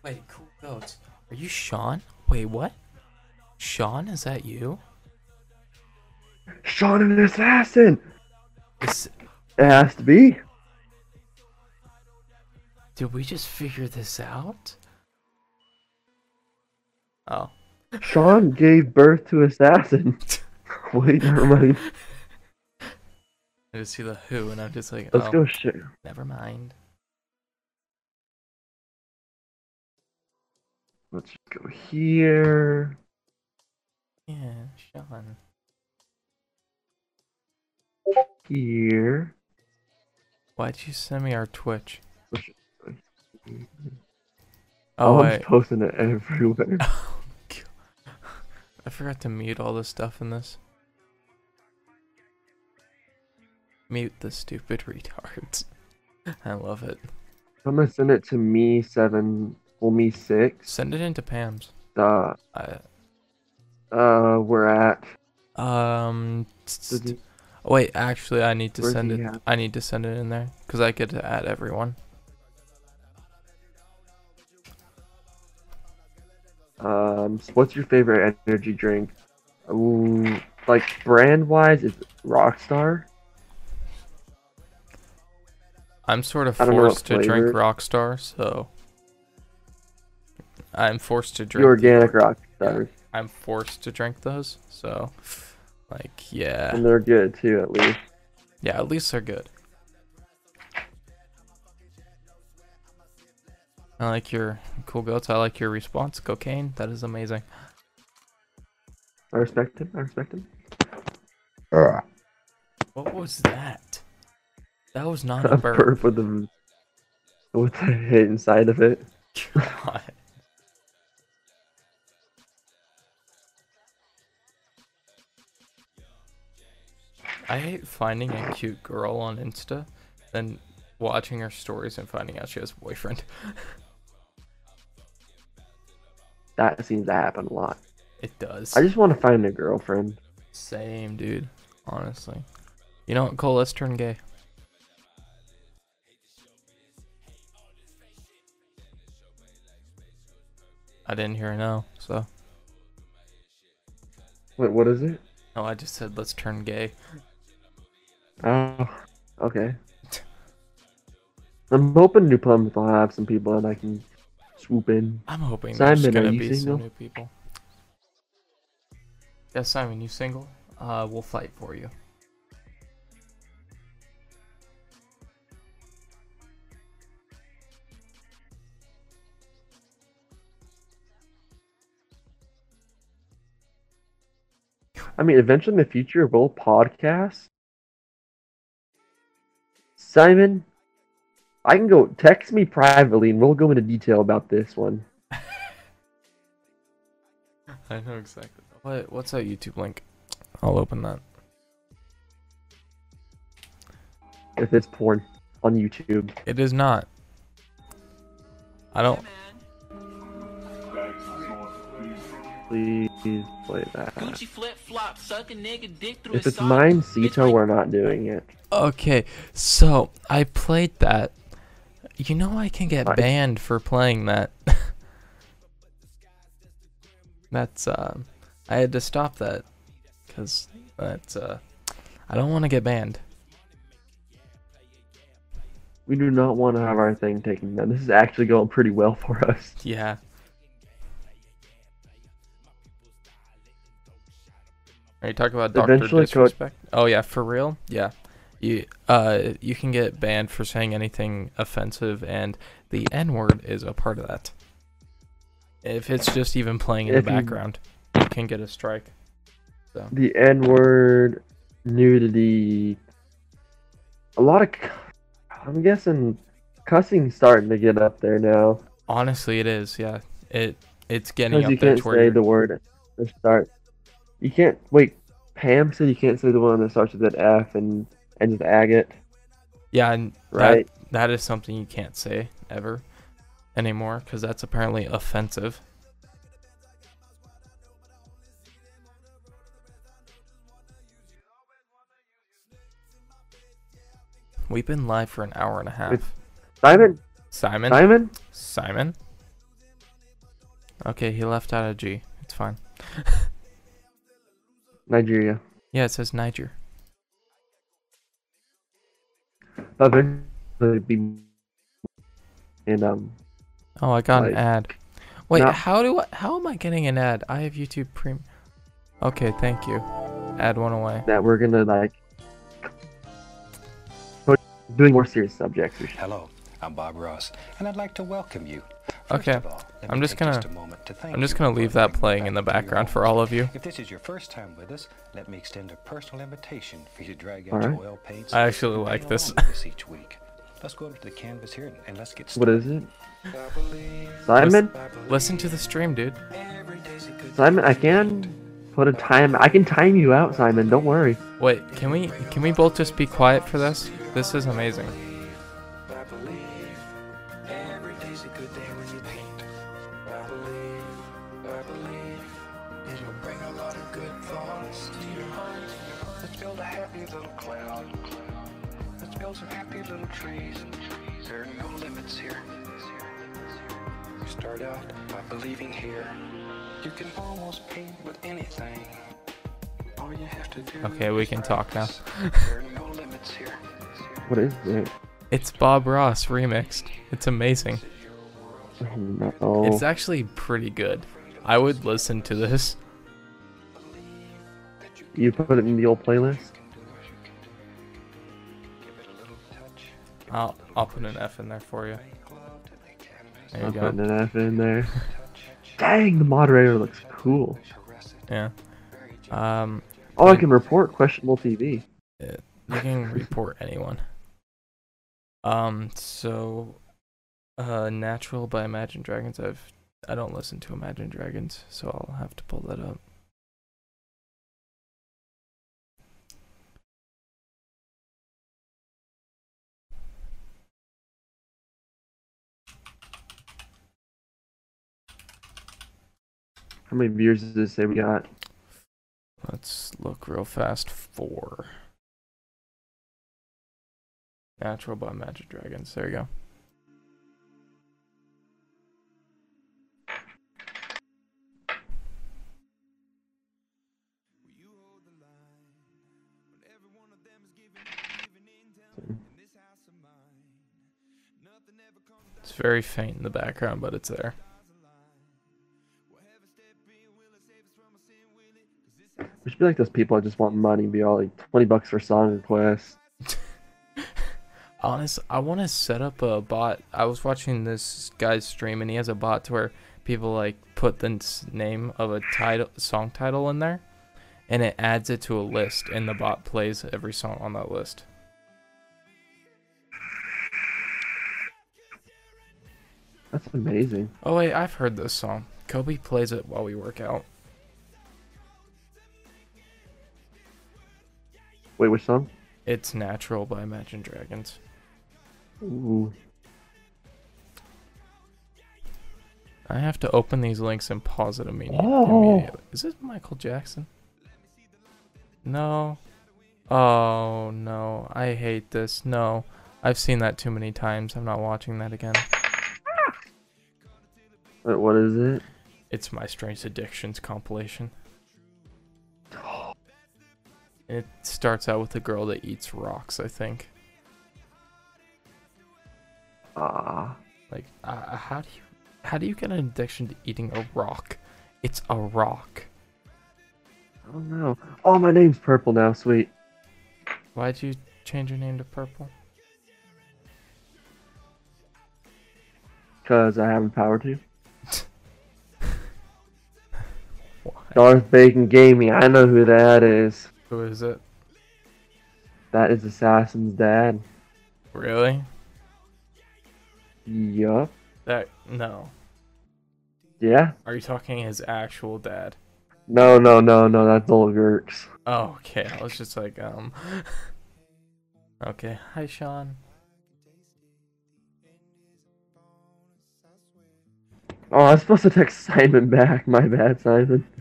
B: Wait, cool goats. Are you Sean? Wait, what? Sean, is that you?
A: Sean an assassin.
B: Is,
A: It has to be.
B: did we just figure this out? Oh.
A: Sean gave birth to assassin. [laughs] wait, never mind.
B: I just see the who, and I'm just like,
A: Let's
B: oh,
A: go. Sh-
B: never mind.
A: Let's just go here.
B: Yeah, Sean.
A: Here.
B: Why'd you send me
A: [laughs]
B: our Twitch?
A: Let's just-
B: Oh,
A: I'm
B: wait.
A: just posting it
B: [laughs]
A: everywhere.
B: Oh, God. I forgot to mute all the stuff in this. Mute the stupid [laughs] retards. I love it.
A: I'm gonna send it to me seven, well me six.
B: Send it into Pam's.
A: Uh,
B: I,
A: uh, we're at.
B: um.
A: Does he-
B: oh, wait, actually, I need to
A: Where's
B: send
A: he
B: it.
A: at?
B: I need to send it in there because I get to add everyone.
A: Um, so what's your favorite energy drink? Ooh, like brand wise, it's Rockstar.
B: I'm sort of
A: I don't know what
B: forced to drink
A: flavor.
B: Rockstar, so I'm forced to
A: The
B: drink. the-
A: organic Rockstars,
B: I'm forced to drink those, so like yeah,
A: and they're good too, at least.
B: yeah. At least they're good. I like your cool goats. I like your response. Cocaine. That is amazing.
A: I respect him. I respect him.
B: What was that? That was
A: [laughs]
B: not
A: A
B: a bird.
A: burp with the with the hit inside of it.
B: God. [laughs] I hate finding a cute girl on Insta, then watching her stories and finding out she has a boyfriend. [laughs]
A: That seems to happen a lot.
B: It does.
A: I just want to find a girlfriend.
B: Same, dude. Honestly. You know what, Cole? Let's turn gay. I didn't hear a no, so.
A: Wait, what is it?
B: No, I just said let's turn gay.
A: Oh, okay. I'm hoping New Plymouth will have some people that I can swoop in.
B: I'm hoping there's
A: Simon, are
B: gonna
A: you
B: be
A: single?
B: some new people. Yeah, Simon, you single? Uh, we'll fight for you.
A: I mean, eventually in the future, we'll podcast. Simon, I can go text me privately and we'll go into detail about this one.
B: I know exactly. What? What's that YouTube link? I'll open that.
A: If it's porn on YouTube,
B: It is not. I don't.
A: please play that.
F: Gucci flip flop, suck a nigga dick through
A: If
F: his
A: it's
F: sock.
A: mine, Sito, we're not doing it.
B: Okay, so I played that. You know I can get
A: Nice.
B: banned for playing that. [laughs] that's uh, I had to stop that because that's uh, I don't want to get banned.
A: We do not want to have our thing taken down. This is actually going pretty well for [laughs] us.
B: Yeah. Are you talking about Doctor
A: Eventually, Coach-
B: Disrespect? Oh yeah, for real? Yeah. You uh you can get banned for saying anything offensive and the N word is a part of that. If it's just even playing in
A: If
B: the
A: you-
B: background, you can get a strike.
A: The N word, nudity, a lot of, c- I'm guessing, cussing's starting to get up there now
B: Honestly, it is. Yeah, it it's getting
A: because you
B: up there
A: can't
B: to
A: say
B: where
A: the
B: you're-
A: word at the start. You can't wait. Pam said you can't say the one that starts with that F and ends with agate,
B: yeah, and
A: right?
B: That, that is something you can't say ever anymore because that's apparently offensive. We've been live for an hour and a
A: It's-
B: half.
A: Simon,
B: Simon?
A: Simon,
B: Simon? Okay, he left out a G. It's fine.
A: Nigeria.
B: Yeah, it says Niger.
A: Eventually, it'd be and um,
B: Oh, I got an
A: Like,
B: ad. Wait,
A: not-
B: how do I, how am I getting an ad? I have YouTube Premium. Okay, thank you. Add one away.
A: that we're gonna like put- doing more serious subjects. We should-
G: Hello, I'm Bob Ross, and I'd like to welcome you. First
B: Okay,
G: of all, let
B: I'm
G: me
B: just
G: take
B: gonna-
G: a moment to thank
B: I'm just
G: you
B: gonna
G: for
B: leave that
G: bringing
B: playing
G: back
B: in the
G: to your
B: background for
G: homes.
B: all of you.
G: If this is your first time with us, let me extend a personal invitation for you to drag
A: All
G: out your
A: right.
G: oil paints.
B: I actually
G: and
B: like
G: paint
B: this.
G: along with us each week. Let's go over to the canvas here and- and let's get
A: What is
G: started.
A: it, Simon?
B: Listen to the stream, dude.
A: Simon, I can put a time. I can time you out, Simon. Don't worry.
B: Wait, can we can we both just be quiet for this? This is amazing.
E: Let's build a happy little cloud. Let's build some happy little trees. There are no limits here. You start out by believing here. You can almost paint with anything. All you have to do
B: Okay, we can talk now.
E: there are no limits here.
A: What is it?
B: It's Bob Ross remixed. It's amazing.
A: Oh, no.
B: It's actually pretty good. I would listen to this.
A: You put it in the old playlist.
B: I'll I'll put an F in there for you. There you
A: I'm
B: go.
A: putting an F in there. Dang, the moderator looks cool.
B: Yeah. Um,
A: Oh, I can report questionable TV.
B: you can report anyone. Um, so, uh, Natural by Imagine Dragons. I've I don't listen to Imagine Dragons, so I'll have to pull that up.
A: How many viewers does this say we got?
B: Let's look real fast for Natural by Magic Dragons. There you go. It's very faint in the background, but it's there.
A: We should be like those people that just want money, be all like twenty bucks for song requests.
B: Honest, I want to set up a bot. I was watching this guy's stream, and he has a bot to where people like put the s- name of a title, song title in there, and it adds it to a list, and the bot plays every song on that list.
A: That's amazing.
B: Oh wait, I've heard this song. Kobe plays it while we work out.
A: Wait, which song?
B: It's natural by Imagine Dragons.
A: Ooh,
B: I have to open these links and pause it immediate-
A: Oh.
B: immediately. Is this Michael Jackson? No. Oh no, I hate this. No. I've seen that too many times. I'm not watching that again.
A: Wait, what is it?
B: It's my Strange Addictions compilation. It starts out with a girl that eats rocks, I think.
A: Ah,
B: Like, uh, how do you how do you get an addiction to eating a rock? It's a rock.
A: I don't know. Oh, my name's purple now. Sweet.
B: Why'd you change your name to purple?
A: Cause I have the power to.
B: Why?
A: Darth Bacon gave me. I know who that is.
B: Who is it?
A: That is Assassin's dad.
B: Really?
A: Yup.
B: That no.
A: Yeah.
B: Are you talking his actual dad?
A: No, no, no, no. That's old Gurks.
B: Oh, okay. I was just like, um. [laughs] okay. Hi, Sean.
A: Oh, I was supposed to text Simon back. My bad, Simon. [laughs]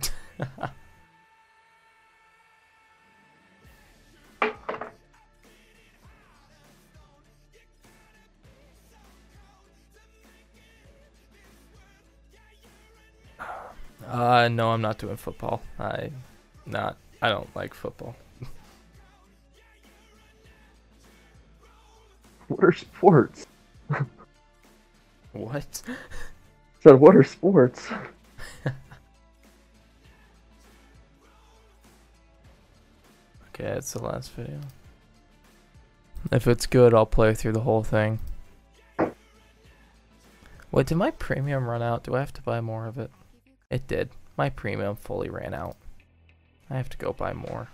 B: Uh, no, I'm not doing football. I, not. I don't like football.
A: What are sports?
B: What?
A: So what are sports?
B: Okay, that's the last video. If it's good, I'll play through the whole thing. Wait, did my premium run out? Do I have to buy more of it? It did. My premium fully ran out. I have to go buy more.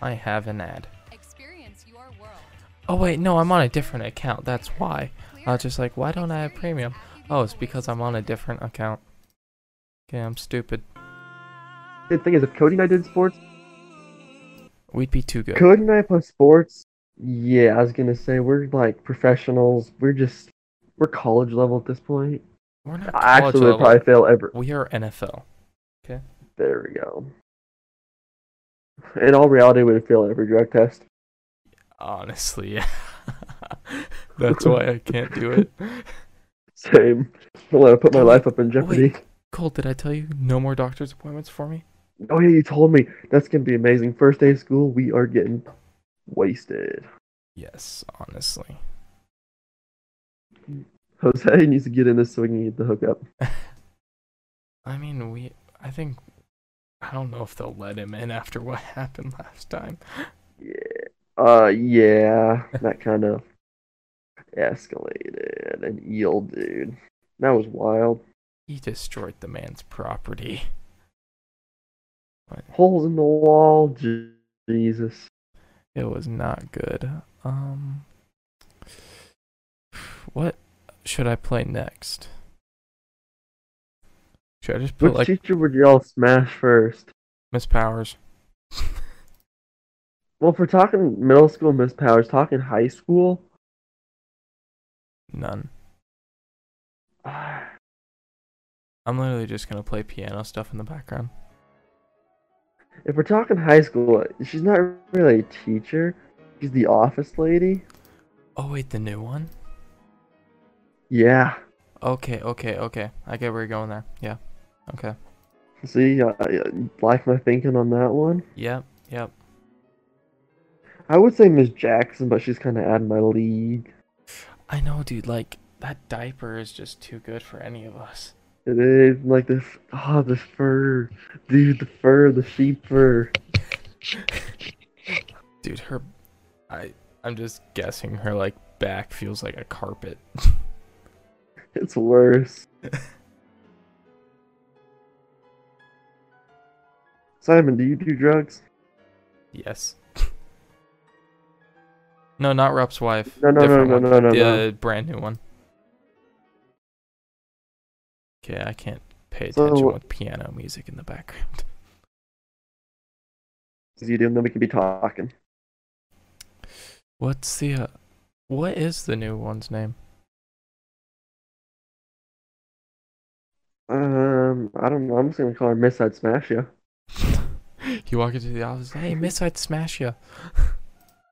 B: I have an ad.
H: Experience your world.
B: Oh wait, no, I'm on a different account. That's why. I was just like, why don't I have premium? Oh, it's because I'm on a different account. Okay, I'm stupid.
A: The thing is, if Cody and I did sports,
B: We'd be too good.
A: Cody and I play sports. Yeah, I was gonna say we're like professionals. We're just we're college level at this point.
B: We're not
A: I
B: college
A: actually would probably
B: level.
A: fail ever.
B: We are NFL.
A: There we go. In all reality, we would fail every drug test. [laughs]
B: Honestly, yeah. [laughs] That's why I can't do it.
A: Same. I don't want to put my life up in jeopardy.
B: Cole, did I tell you no more doctor's appointments for me?
A: Oh yeah, you told me that's gonna be amazing. First day of school, we are getting wasted.
B: Yes, honestly.
A: Jose needs to get in this so we can get the hookup.
B: I mean, we. I think. I don't know if they'll let him in after what [laughs] happened last time.
A: Yeah. Uh, yeah. That kind of escalated and yelled, dude. That was wild.
B: He destroyed the man's property. But
A: Holes in the wall. Je- Jesus.
B: it was not good. Um. What should I play next? Should I just put
A: Which
B: like
A: teacher would y'all smash first?
B: Miss Powers?
A: Well, if we're talking middle school, Miss Powers, talking high school, [sighs]
B: None.
A: ah,
B: I'm literally just gonna play piano stuff in the background.
A: if we're talking high school, she's not really a teacher. She's the office lady.
B: Oh wait, the new one?
A: Yeah.
B: Okay, okay, okay. I get where you're going there. Yeah. Okay.
A: See, I, I like my thinking on that one.
B: Yep, yep.
A: I would say Miss Jackson, but she's kind of out of my league.
B: I know, dude. Like that diaper is just too good for any of us.
A: It is like this. Oh, the fur, dude, the fur, the sheep fur.
B: Dude, her. I. I'm just guessing her like back feels like a carpet.
A: It's worse. Simon, do you do drugs?
B: Yes. [laughs] no, not Rup's wife.
A: No, no, no,
B: Different
A: no,
B: one.
A: no, no,
B: The
A: no.
B: uh, brand new one. Okay, I can't pay
A: So-
B: attention with piano music in the background.
A: Because you do, and then we can be talking.
B: What's the uh, what is the new one's name?
A: Um, I don't know. I'm just gonna call her Miss I'd Smash You.
B: you walk into the office. Hey, Miss, I'd smash you.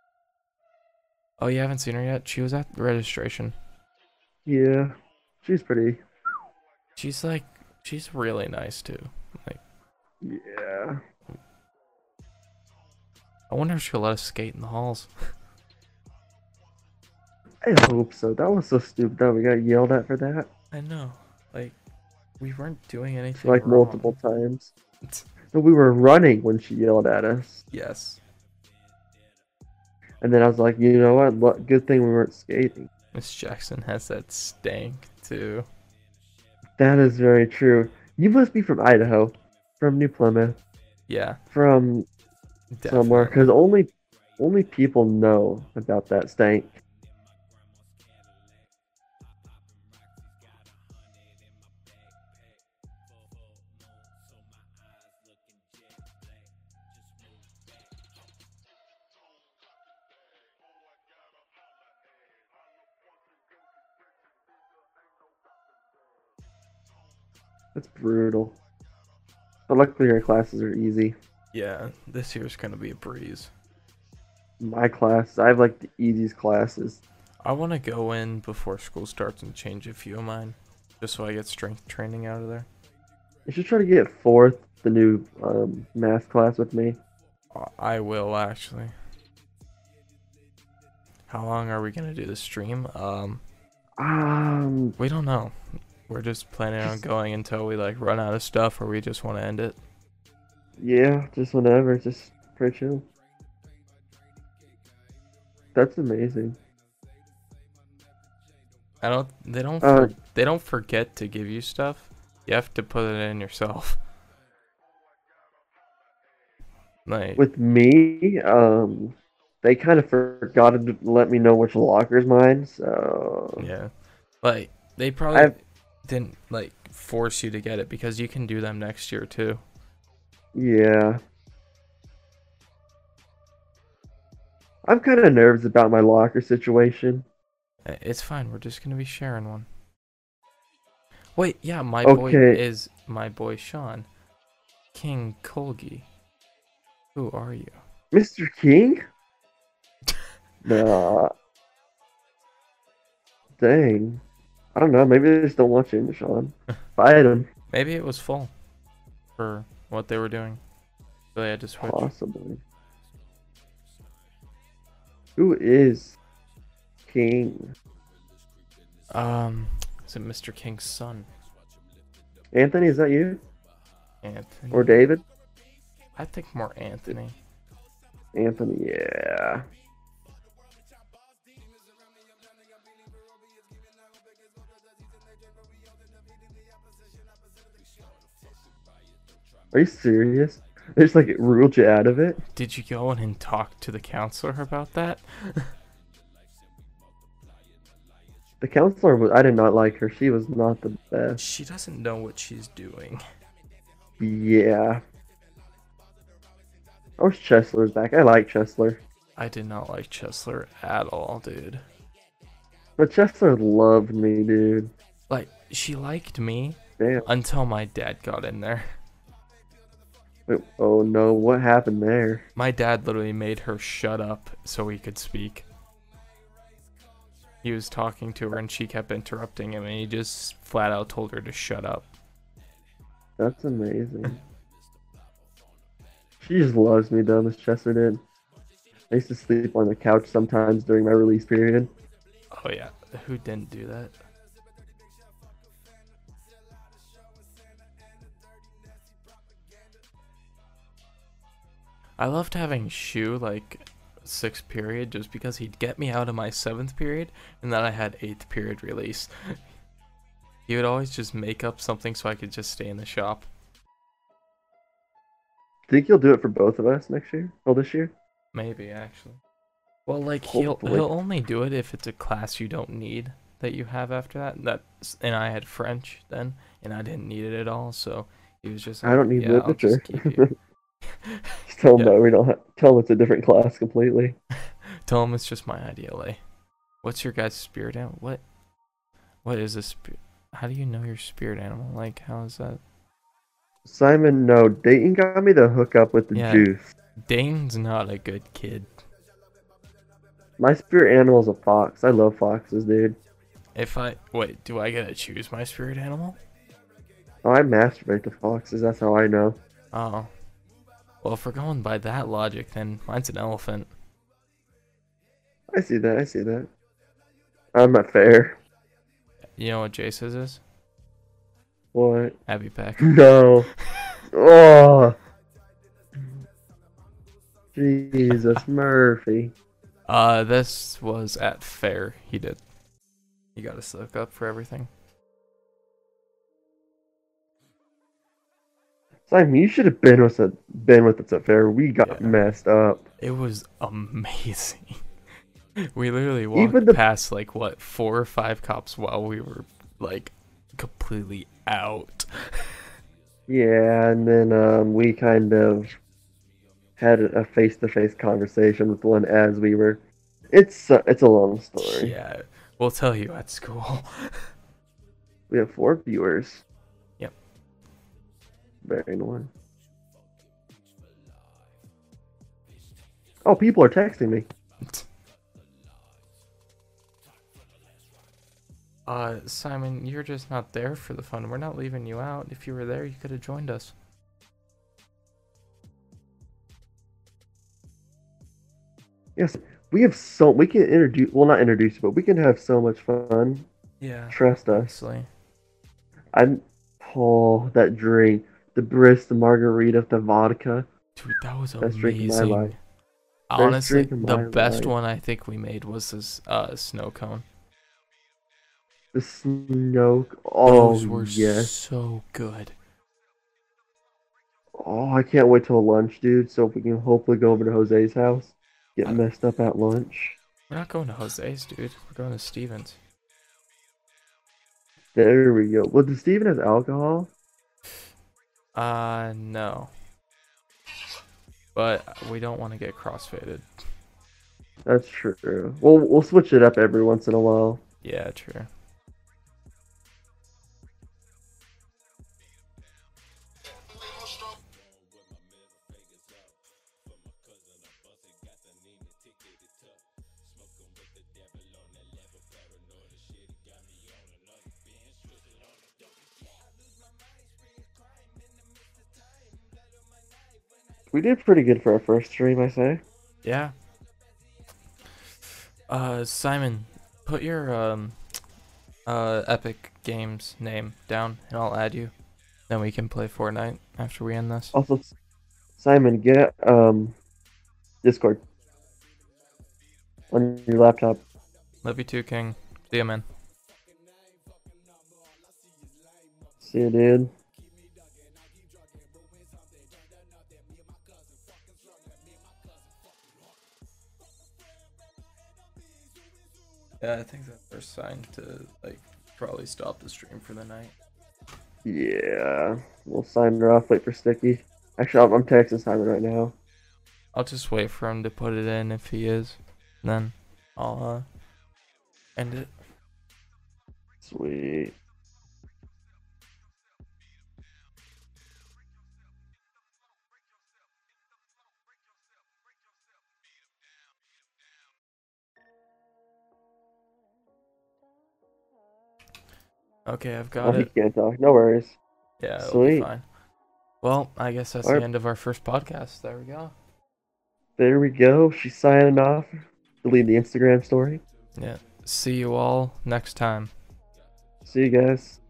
B: [laughs] oh, you haven't seen her yet. She was at registration.
A: Yeah, she's pretty.
B: She's like, she's really nice too. Like,
A: Yeah.
B: I wonder if she'll let us skate in the halls.
A: I hope so. That was so stupid that we got yelled at for that.
B: I know. Like, we weren't doing anything.
A: like
B: wrong.
A: multiple times. No, we were running when she yelled at us,
B: Yes.
A: and then I was like, you know what? Lu- Good thing we weren't skating.
B: Miss Jackson has that stank too.
A: That is very true. You must be from Idaho, from New Plymouth,
B: Yeah.
A: from somewhere,
B: definitely.
A: [laughs] because Oh, only Only people know about that stank. That's brutal. But luckily, our classes are easy.
B: Yeah, this year's gonna be a breeze.
A: My class, I have like the easiest classes.
B: I want to go in before school starts and change a few of mine, just so I get strength training out of there.
A: You should try to get fourth, the new um, math class with me.
B: I- I will actually. How long are we gonna do the stream? Um,
A: Um,
B: we don't know. We're just planning on going until we like run out of stuff, or we just want to end it.
A: yeah, just whenever. It's just pretty chill. That's amazing.
B: I don't. They don't.
A: Uh,
B: for, they don't forget to give you stuff. You have to put it in yourself. [laughs] Like
A: With me, um, they kind of forgot to let me know which locker's mine, so
B: yeah, like they probably
A: I've-
B: didn't like force you to get it because you can do them next year too.
A: yeah. I'm kind of nervous about my locker situation.
B: I- It's fine. We're just gonna be sharing one. Wait, yeah, my boy
A: Okay.
B: is my boy Sean, King Colgi. Who are you?
A: Mr. King? nah. Dang. I don't know. Maybe they just don't want you in, Sean. Fight him,
B: Maybe it was full for what they were doing, so they had to switch.
A: possibly. Who is King?
B: Um, is it Mr. King's son,
A: Anthony, is that you?
B: Anthony?
A: Or David?
B: I think more Anthony.
A: Anthony, yeah. Are you serious? They just like ruled you out of it?
B: Did you go in and talk to the counselor about that? [laughs]
A: The counselor was, I did not like her. She was not the best.
B: She doesn't know what she's doing.
A: Yeah. I wish Chesler's back. I like Chesler.
B: I did not like Chesler at all, dude.
A: But Chesler loved me, dude.
B: Like, she liked me
A: Damn.
B: until my dad got in there.
A: Wait, oh no, what happened there?
B: My dad literally made her shut up so he could speak. He was talking to her and she kept interrupting him, and he just flat out told her to shut up.
A: That's amazing. she just loves me though, Miss Chester did. I used to sleep on the couch sometimes during my release period.
B: Oh, yeah. Who didn't do that? I loved having Shu like sixth period just because he'd get me out of my seventh period and then I had eighth period release. he would always just make up something so I could just stay in the shop.
A: Think you'll do it for both of us next year? Oh, this year?
B: Maybe actually. Well, like he'll
A: Hopefully.
B: he'll only do it if it's a class you don't need that you have after that. That and I had French then, and I didn't need it at all. So he was just.
A: I
B: like,
A: don't need
B: yeah, I'll just
A: literature.
B: keep
A: [laughs]
B: you." [laughs]
A: Just tell them
B: Yeah.
A: that we don't. Have, tell them it's a different class completely.
B: Tell him it's just my IDLA. What's your guy's spirit animal? What? What is a spirit? How do you know your spirit animal? Like how is that?
A: Simon, no, Dayton got me the hookup with the
B: Yeah.
A: juice.
B: Dane's not a good kid.
A: My spirit animal's a fox. I love foxes, dude.
B: If I wait, do I get to choose my spirit animal?
A: Oh, I masturbate to foxes. That's how I know.
B: Oh. Well, if we're going by that logic, then mine's an elephant.
A: I see that. I see that. I'm not fair.
B: You know what Jay says is?
A: What?
B: Abby Pack.
A: No. Oh. Jesus Murphy.
B: Uh, this was at fair. He did. You gotta soak up for everything.
A: Simon, you should have been with us. Been with us at fair. We got
B: Yeah.
A: messed up.
B: It was amazing. [laughs] we literally walked
A: Even the-
B: past like what four or five cops while we were like completely out. [laughs]
A: Yeah, and then um, we kind of had a face-to-face conversation with one as we were. It's uh, it's a long story.
B: Yeah, we'll tell you at school. [laughs]
A: We have four viewers.
B: Yep.
A: Very one. Oh, people are texting me.
B: Uh, Simon, you're just not there for the fun. We're not leaving you out. If you were there, you could have joined us.
A: Yes, we have so we can introduce. Well, not introduce, but we can have so much fun.
B: Yeah.
A: Trust us.
B: Honestly.
A: I'm. Oh, that drink. The bris, the margarita, the vodka.
B: Dude, that was
A: Best drink in my
B: amazing.
A: life.
B: Honestly,
A: drink in
B: the
A: my
B: best
A: life.
B: one I think we made was this uh, snow cone.
A: The snow. Oh,
B: Those were
A: yes.
B: so good.
A: Oh, I can't wait till lunch, dude. So we can hopefully go over to Jose's house, get
B: Uh,
A: messed up at lunch.
B: We're not going to Jose's, dude. We're going to Stevens.
A: There we go. Well, does Steven have alcohol?
B: Uh, no. But we don't want to get crossfaded.
A: That's true. Well, we'll switch it up every once in a while.
B: Yeah, true.
A: We did pretty good for our first stream, I say.
B: Yeah. Uh, Simon, put your um, uh, Epic Games name down, and I'll add you. Then we can play Fortnite after we end this.
A: Also, Simon, get um, Discord on your laptop.
B: Love you too, King. See ya, man.
A: See you, dude.
B: Yeah, I think that's our sign to like probably stop the stream for the night.
A: Yeah, we'll sign her off. Wait for Sticky. Actually, I'm, I'm texting Simon right now.
B: I'll just wait for him to put it in if he is. Then I'll uh, end it.
A: Sweet.
B: Okay, I've
A: Oh,
B: got
A: he
B: it.
A: can't talk. No worries.
B: Yeah, it'll be
A: Sweet.
B: fine. Well, I guess that's
A: Alright.
B: the end of our first podcast. There we go.
A: There we go. She's signing off. Delete the Instagram story.
B: Yeah. See you all next time.
A: See you guys.